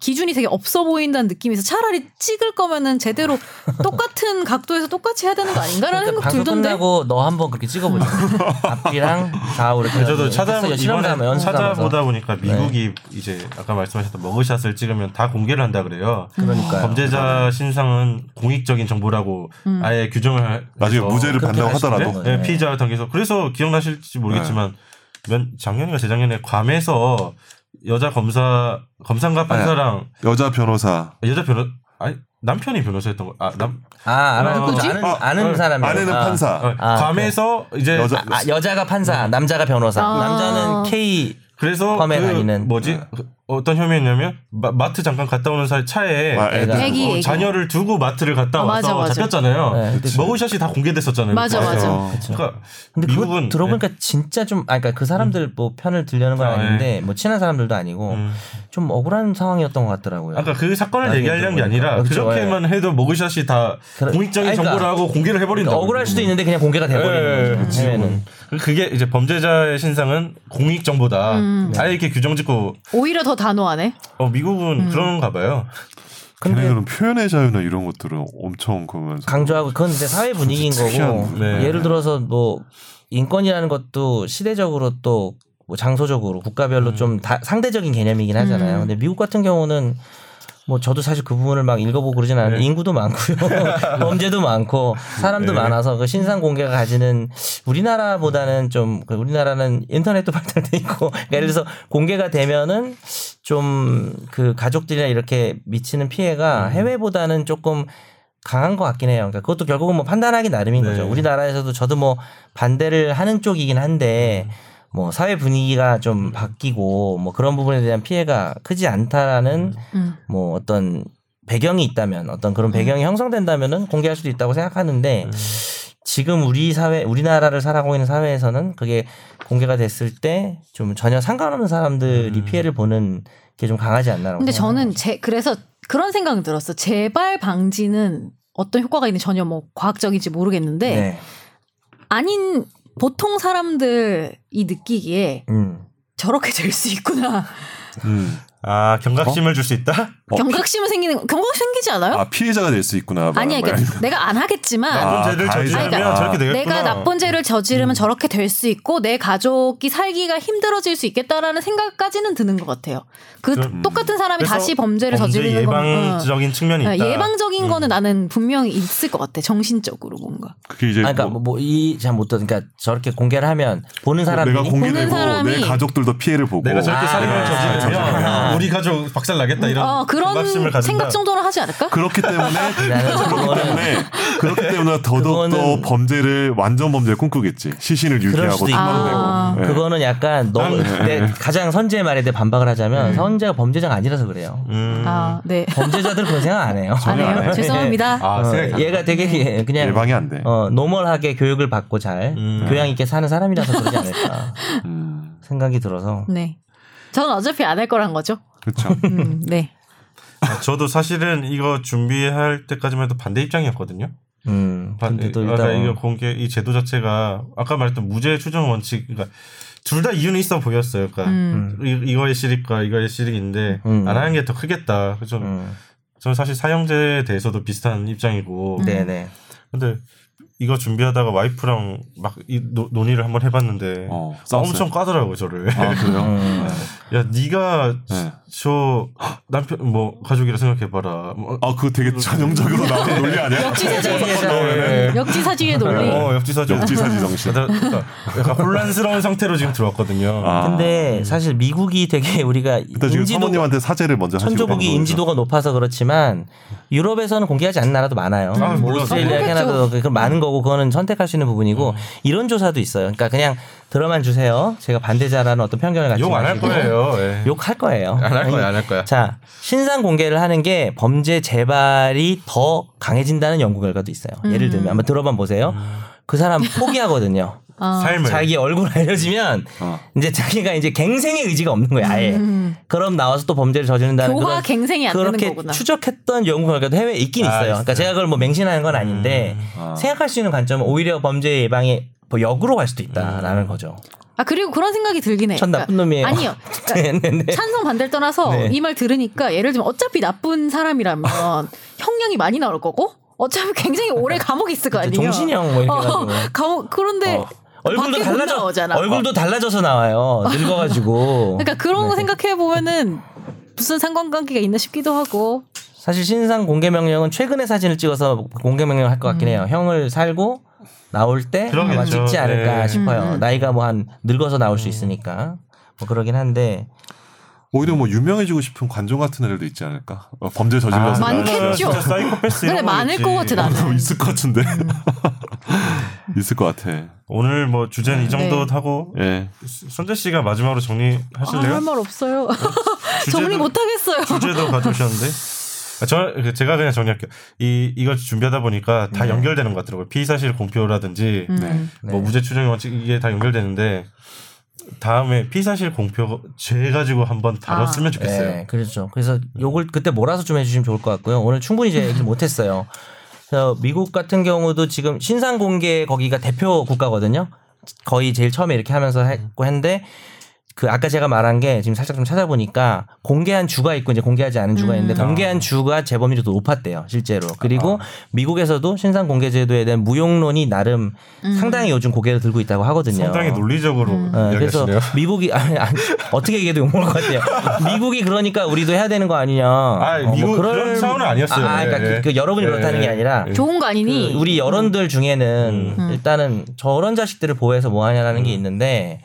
기준이 되게 없어 보인다는 느낌이 있어 차라리 찍을 거면은 제대로 똑같은 각도에서 똑같이 해야 되는 거 아닌가라는 그러니까 생각 방송 들던데 끝나고 너 한번 그렇게 찍어보자. 앞이랑 좌우 이렇게. 그 저도 찾아 네. 실험 삼아 이번에 연습 찾아보다 삼아서. 보니까 미국이 이제 아까 말씀하셨던 머그샷을 찍으면 다 공개를 한다 그래요. 그러니까요. 범죄자 신상은 공익적인 정보라고 음. 아예 규정을 해서 나중에 무죄를 그렇게 받는다고 할 수도 하더라도 있는 거죠. 네, 피의자 당에서 그래서 기억나실지 모르겠지만 면- 작년인가 재작년에 괌에서 여자 검사 검사과 판사랑 여자 변호사 여자 변호 아니 남편이 변호사였던 거아남 아, 아는, 누구지? 아는, 아, 아는 사람이 아내는 어, 판사 아, 괌에서 이제 여자 아, 여자가 판사, 남자가 변호사. 아. 남자는 K. 그래서 괌에 그 다니는. 아. 뭐지 그 어떤 혐의였냐면 마, 마트 잠깐 갔다 오는 사이 차에 아, 애들. 애가. 애기, 어, 애기. 자녀를 두고 마트를 갔다 아, 와서 맞아, 맞아. 잡혔잖아요. 네. 그치. 머그샷이 다 공개됐었잖아요. 맞아, 그때. 맞아. 어. 그러니까 근데 그거 미국은 들어보니까 진짜 좀, 아, 그니까 그 사람들 뭐 편을 들려는 건 예. 음. 아, 아닌데, 뭐 친한 사람들도 아니고, 음. 좀 억울한 상황이었던 것 같더라고요. 아까 그 사건을 나중에 얘기하려는 게 들어보니까. 아니라 그렇죠, 그렇게만 해도 머그샷이 다 그래- 공익적인 아니, 그러니까 정보를 하고 공개를 해버린다. 억울할 수도 있는데 그냥 공개가 예, 돼버리는 그치. 거죠. 해외는. 그게 이제 범죄자의 신상은 공익 정보다. 음. 아예 이렇게 규정 짓고 오히려 더 단호하네. 어, 미국은 음. 그런가 봐요. 근데 걔네들은 표현의 자유나 이런 것들은 엄청 그러면서 강조하고 그건 이제 사회 분위기인 특이한 거고, 네. 예를 들어서 뭐 인권이라는 것도 시대적으로 또 뭐 장소적으로 음. 국가별로 좀 다, 상대적인 개념이긴 하잖아요. 음. 근데 미국 같은 경우는 뭐 저도 사실 그 부분을 막 읽어보고 그러진 않아요. 네. 인구도 많고요, 범죄도 많고 사람도 네. 많아서 그 신상 공개가 가지는 우리나라보다는 좀그 우리나라는 인터넷도 발달돼 있고 그러니까 예를 들어서 공개가 되면은 좀 그 가족들이나 이렇게 미치는 피해가 해외보다는 조금 강한 것 같긴 해요. 그러니까 그것도 결국은 뭐 판단하기 나름인 네. 거죠. 우리나라에서도 저도 뭐 반대를 하는 쪽이긴 한데 뭐 사회 분위기가 좀 바뀌고 뭐 그런 부분에 대한 피해가 크지 않다라는 음. 뭐 어떤 배경이 있다면 어떤 음. 그런 배경이 형성된다면은 공개할 수도 있다고 생각하는데 지금 우리 사회 우리나라를 살아가고 있는 사회에서는 그게 공개가 됐을 때 좀 전혀 상관없는 사람들이 음. 피해를 보는 게 좀 강하지 않나라고. 근데 저는 생각합니다. 제 그래서 그런 생각이 들었어. 재발 방지는 어떤 효과가 있는지 전혀 뭐 과학적인지 모르겠는데 네. 아닌 보통 사람들이 느끼기에 음. 저렇게 될 수 어, 있구나. 음. 아 경각심을 줄 수 있다. 어, 경각심은 생기는 거- 경각 생기지 않아요? 아 피해자가 될 수 있구나. 어? 아니야, 뭐, 그러니까 내가 안 하겠지만 아, 나쁜 죄를 가해자. 저지르면 그러니까 저렇게 되겠구나. 음. 내가 나쁜 죄를 저지르면 저렇게 될 수 있고 내 가족이 살기가 힘들어질 수 있겠다라는 생각까지는 드는 것 같아요. 그 그럼, 음. 똑같은 사람이 그래서 다시 범죄를 범죄 저지르는 거는 예방적인 측면이 어, 있다. 음. 예방적인 거는 나는 분명히 있을 것 같아. 정신적으로 뭔가. 그게 이제 아, 그러니까 뭐 네, 뭐이잘못 들어. 그러니까 저렇게 공개를 하면 보는 사람들이 내가 보는 공개되고 사람이- 내 가족들도 피해를 보고 내가 저렇게 아, 살인을 아, 저지르면 저지르면. 우리 가족 박살 나겠다 그러니까 이런 어, 그런 경각심을 생각 가진다. 정도는 하지 않을까? 그렇기 때문에 나는 그렇기 그거는 때문에 그렇기 때문에 더더욱 더 그거는- 범죄를 완전 범죄를 꿈꾸겠지 시신을 그럴 유기하고 네. 수도 있고 탐방되고 아. 예. 그거는 약간 너무 내 가장 선재의 말에 대해 반박을 네. 하자면 선재가 범죄자가 아니라서 그래요. 음. 아, 네. 범죄자들 그런 생각 안 해요. 안 안 해요. 해. 아, 죄송합니다. 어, 얘가 되게 예, 그냥 예방이 안 돼. 어, 노멀하게 교육을 받고 잘 음. 교양 있게 사는 사람이라서 그러지 않을까 음, 생각이 들어서 네. 저는 어차피 안 할 거란 거죠. 그렇죠. 음, 네. 아, 저도 사실은 이거 준비할 때까지만 해도 반대 입장이었거든요. 음 반- 근데 또 아, 일단 이거 공개 이 제도 자체가 아까 말했던 무죄 추정 원칙 그러니까 둘 다 이유는 있어 보였어요. 그러니까 음. 이, 거의 실익과 이거의 실익인데 음. 안 하는 게 더 크겠다. 그래서 저는 음, 저는 사실 사형제에 대해서도 비슷한 입장이고 네네 근데 이거 준비하다가 와이프랑 막 이, 노, 논의를 한번 해봤는데 어, 싸웠어요. 엄청 까더라고 저를. 아 그래요? 음, 야 네가 네. 저 남편 뭐 가족이라 생각해봐라. 뭐, 아 그거 되게 전형적으로 나오는 논리 아니야? 역지사지의 네. 음. 역지사지의 논리. 어 역지사지. 역지사지 정신. 약간, 약간 약간 혼란스러운 상태로 지금 들어왔거든요. 아. 근데 사실 미국이 되게 우리가 일단 지금 인지도 사모님한테 사죄를 먼저 하시고 천조국이 방송에서. 인지도가 높아서 그렇지만 유럽에서는 공개하지 않는 나라도 많아요. 아, 뭐 물론. 오스트레일리아, 아, 캐나다도 그 많은 거고 그거는 선택할 수 있는 부분이고 이런 조사도 있어요. 그러니까 그냥 들어만 주세요. 제가 반대자라는 어떤 편견을 갖지 욕 안 할 마시고. 거예요. 예. 욕할 거예요. 안할 거야, 안 할 거야. 자, 신상 공개를 하는 게 범죄 재발이 더 강해진다는 연구 결과도 있어요. 음. 예를 들면 한번 들어만 보세요. 음. 그 사람 포기하거든요. 아, 어. 삶을 자기 얼굴 알려지면 어. 이제 자기가 이제 갱생의 의지가 없는 거예요. 아예. 그럼 나와서 또 범죄를 저지른다는 음. 교화 그런 갱생이 안 되는 그렇게 거구나. 추적했던 연구 결과도 해외에 있긴 아, 있어요. 그러니까 있어요. 음. 제가 그걸 뭐 맹신하는 건 아닌데 아. 생각할 수 있는 관점은 오히려 범죄 예방에 뭐 역으로 갈 수도 음. 있다라는 거죠. 아 그리고 그런 생각이 들긴 해. 전 나쁜 놈이에요. 아니요. 그러니까 네네네. 찬성 반대를 떠나서 네. 이 말 들으니까 예를 들면 어차피 나쁜 사람이라면 형량이 많이 나올 거고 어차피 굉장히 오래 네. 감옥에 있을 거 아니에요. 종신형 뭐 이렇게 어, 해가지고. 감옥 그런데 어. 얼굴도 네. 밖에 못 달라져 나오잖아. 얼굴도 달라져서 나와요. 늙어가지고. 그러니까 그런 네. 거 생각해 보면은 무슨 상관관계가 있나 싶기도 하고. 그 사실 신상 공개 명령은 최근에 사진을 찍어서 공개 명령을 할 것 같긴 음. 해요. 형을 살고 나올 때 아마 그러겠죠. 찍지 않을까 네. 싶어요. 음, 음. 나이가 뭐 한 늙어서 나올 수 있으니까 뭐 그러긴 한데 오히려 뭐 유명해지고 싶은 관종 같은 애들도 있지 않을까? 어, 범죄 저질러서 아, 나는 많겠죠. 진짜 사이코패스 이런 근데 거 많을 있지. 것 같아 뭐 나는. 있을 것 같은데 있을 것 같아. 오늘 뭐 주제는 이 정도 네. 하고 예. 선재 씨가 마지막으로 정리하실래요? 할 말 없어요. 주제도- 아, 정리 못 하겠어요. 주제도 가져오셨는데 아, 저 그, 제가 그냥 정리할게요. 이 이걸 준비하다 보니까 네. 다 연결되는 것 같더라고요. 피의 사실 공표라든지 음. 네. 뭐 무죄 추정 원칙 이게 다 연결되는데 다음에 피의 사실 공표 죄 가지고 한번 다뤘으면 좋겠어요. 네, 그렇죠. 그래서 요걸 그때 몰아서 좀 해주시면 좋을 것 같고요. 오늘 충분히 이제 얘기를 못했어요. 그래서 미국 같은 경우도 지금 신상 공개 거기가 대표 국가거든요. 거의 제일 처음에 이렇게 하면서 했고 했는데 그 아까 제가 말한 게 지금 살짝 좀 찾아보니까 공개한 주가 있고 이제 공개하지 않은 주가 있는데 음. 공개한 아. 주가 재범률이 더 높았대요 실제로 그리고 미국에서도 신상 공개 제도에 대한 무용론이 나름 음. 상당히 요즘 고개를 들고 있다고 하거든요. 상당히 논리적으로 음. 네, 그래서 이야기하시네요. 미국이 아니, 아니, 어떻게 얘기해도 욕먹을 것 같아요. 미국이 그러니까 우리도 해야 되는 거 아니냐. 아, 뭐 미국 그런 차원은 아니었어요. 아, 아, 그러니까 예, 예. 그, 그 여러분이 예, 그렇다는 게 예, 아니라 예. 좋은 거 아니니? 그 우리 여론들 중에는 음. 일단은 저런 자식들을 보호해서 뭐 하냐라는 음. 게 있는데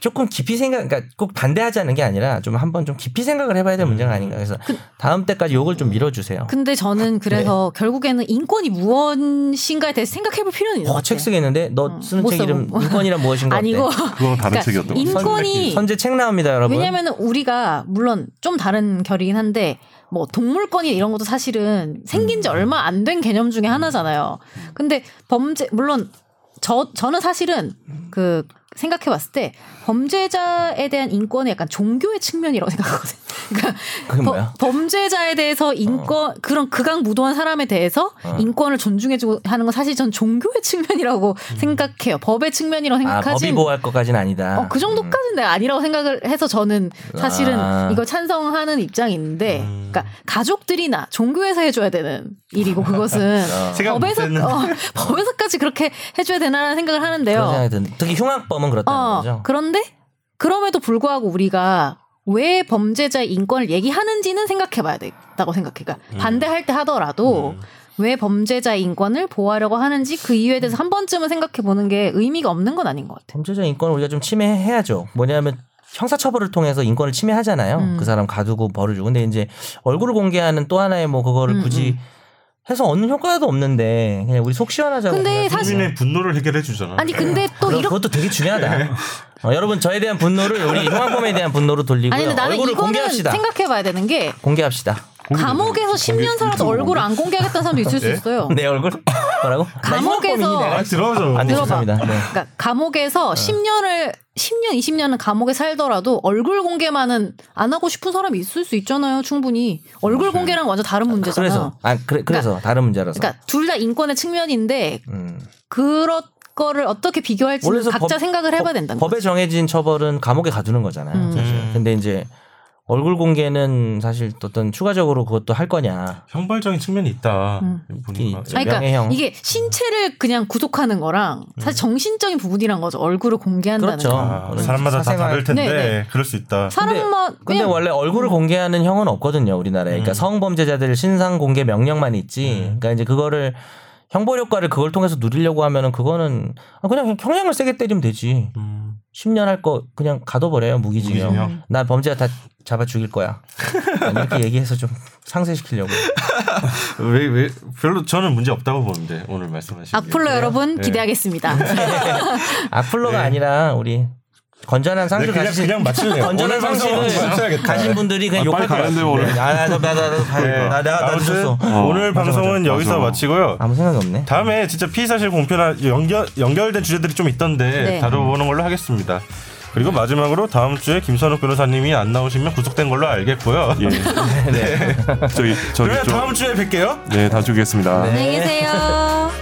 조금 깊이 생각, 그러니까 꼭 반대하지 않는 게 아니라 좀 한번 좀 깊이 생각을 음. 해봐야 될 문제가 아닌가. 그래서 다음 때까지 욕을 좀 밀어주세요. 근데 저는 그래서 네. 결국에는 인권이 무엇인가에 대해서 생각해볼 필요는 있는 것 어, 같아요. 책 쓰겠는데 너 쓰는 못 책 이름 써보고. 인권이란 무엇인가 어때? 아니고 그건 다른 그러니까 책이었던 것 같아요. 인권이 선제 책 나옵니다, 여러분. 왜냐하면 우리가 물론 좀 다른 결이긴 한데 뭐 동물권이 이런 것도 사실은 생긴 음. 지 얼마 안 된 개념 중에 하나잖아요. 근데 범죄 물론 저 저는 사실은 그 생각해 봤을 때 범죄자에 대한 인권의 약간 종교의 측면이라고 생각하거든요. 그러니까 그게 범- 뭐야? 어. 범죄자에 대해서 인권 그런 극악 무도한 사람에 대해서 인권을 존중해주고 하는 건 사실 전 종교의 측면이라고 생각해요. 법의 측면이라고 음. 아, 법이 생각하지 보호할 것까지는 아니다. 음. 어, 그 정도까지는 내가 아니라고 생각을 해서 저는 사실은 아. 음. 이거 찬성하는 입장인데, 그러니까 가족들이나 종교에서 해줘야 되는 일이고 음. 그것은 어. 생각 못 법에서 했는데. 어, 법에서까지 그렇게 해줘야 되나라는 생각을 하는데요. 그런 생각이 드는. 특히 흉악범은 그렇다는 어, 거죠. 그런데 그럼에도 불구하고 우리가 왜 범죄자 인권을 얘기하는지는 생각해봐야 된다고 생각해. 그러니까 음. 반대할 때 음. 하더라도 왜 범죄자 인권을 보호하려고 하는지 그 이유에 음. 대해서 한 번쯤은 생각해보는 게 의미가 없는 건 아닌 것 같아요. 범죄자 인권을 우리가 좀 침해해야죠. 뭐냐면 형사처벌을 통해서 인권을 침해하잖아요. 음. 그 사람 가두고 벌을 주고. 근데 이제 얼굴을 공개하는 또 하나의 뭐 그거를 음, 굳이 해서 얻는 효과도 없는데 그냥 우리 속 시원하자고. 근데 그냥 사실- 국민의 분노를 해결해 주잖아. 아니 근데 또 음. 그런- 이렇게 그것도 되게 중요하다. 어, 여러분 저에 대한 분노를 우리 흉악범에 대한 분노로 돌리고요. 아니 근데 나는 얼굴을 이거는 공개합시다. 생각해봐야 되는 게 공개합시다. 네. 공개- 감옥에서 10년 살아도 얼굴을 안 공개하겠다는 사람도 있을 수 있어요. 내 얼굴 뭐라고? 나 감옥에서- 흉악범이니 내가? 아, 들어가죠. 안 돼, 들어봐. 죄송합니다. 네. 그러니까 감옥에서 10년을 10년 20년은 감옥에 살더라도 얼굴 공개만은 안 하고 싶은 사람이 있을 수 있잖아요. 충분히 얼굴 공개랑 완전 다른 문제잖아. 그래서 아 그래, 그래서 다른 문제라서. 그러니까 둘 다 인권의 측면인데 음. 그런 거를 어떻게 비교할지 원래서 각자 법- 생각을 해봐야 법- 된다는 거죠. 법에 정해진 처벌은 감옥에 가두는 거잖아요. 음. 사실. 근데 이제 얼굴 공개는 사실 어떤 추가적으로 그것도 할 거냐. 형벌적인 측면이 있다. 음. 보니까. 특히 아니, 그러니까 명예형. 이게 신체를 그냥 구속하는 거랑 사실 정신적인 부분이란 거죠. 얼굴을 공개한다는 음. 그렇죠. 거. 아, 그런 사람마다 다 사생활- 다를 텐데 네, 그럴 수 있다. 사람만 뭐, 예. 근데 그냥 음. 원래 얼굴을 공개하는 형은 없거든요, 우리나라에. 그러니까 성범죄자들 신상 공개 명령만 있지. 그러니까 이제 그거를 형벌 효과를 그걸 통해서 누리려고 하면은 그거는 아, 그냥 형량을 세게 때리면 되지. 음. 10년 할 거 그냥 가둬버려요 무기징역. 무기징역. 나 범죄자 다 잡아 죽일 거야. 아, 이렇게 얘기해서 좀 상쇄시키려고. 왜, 왜, 별로 저는 문제 없다고 보는데, 오늘 말씀하신. 게. 악플러 여러분 네. 기대하겠습니다. 악플러가 아니라 우리 건전한 네, 상식 그냥, 가지신 그냥 맞출래요. 건전한 상식을 가신 분들이 그냥 아, 욕할 빨리 것 같은데. 가는데, 오늘. 아, 나, 나, 나, 나, 나, 네. 나, 내가 나 아무튼 늦었어. 오늘 맞아, 방송은 맞아. 여기서 맞아. 마치고요. 아무 생각이 없네. 다음에 진짜 피의 사실 공표나 연결 연결된 주제들이 좀 있던데 네. 다뤄보는 걸로 하겠습니다. 그리고 마지막으로 다음 주에 김선욱 변호사님이 안 나오시면 구속된 걸로 알겠고요. 예. 저기 저기 그러면 좀. 다음 주에 뵐게요. 네, 다음 주겠습니다. 안녕히 계세요.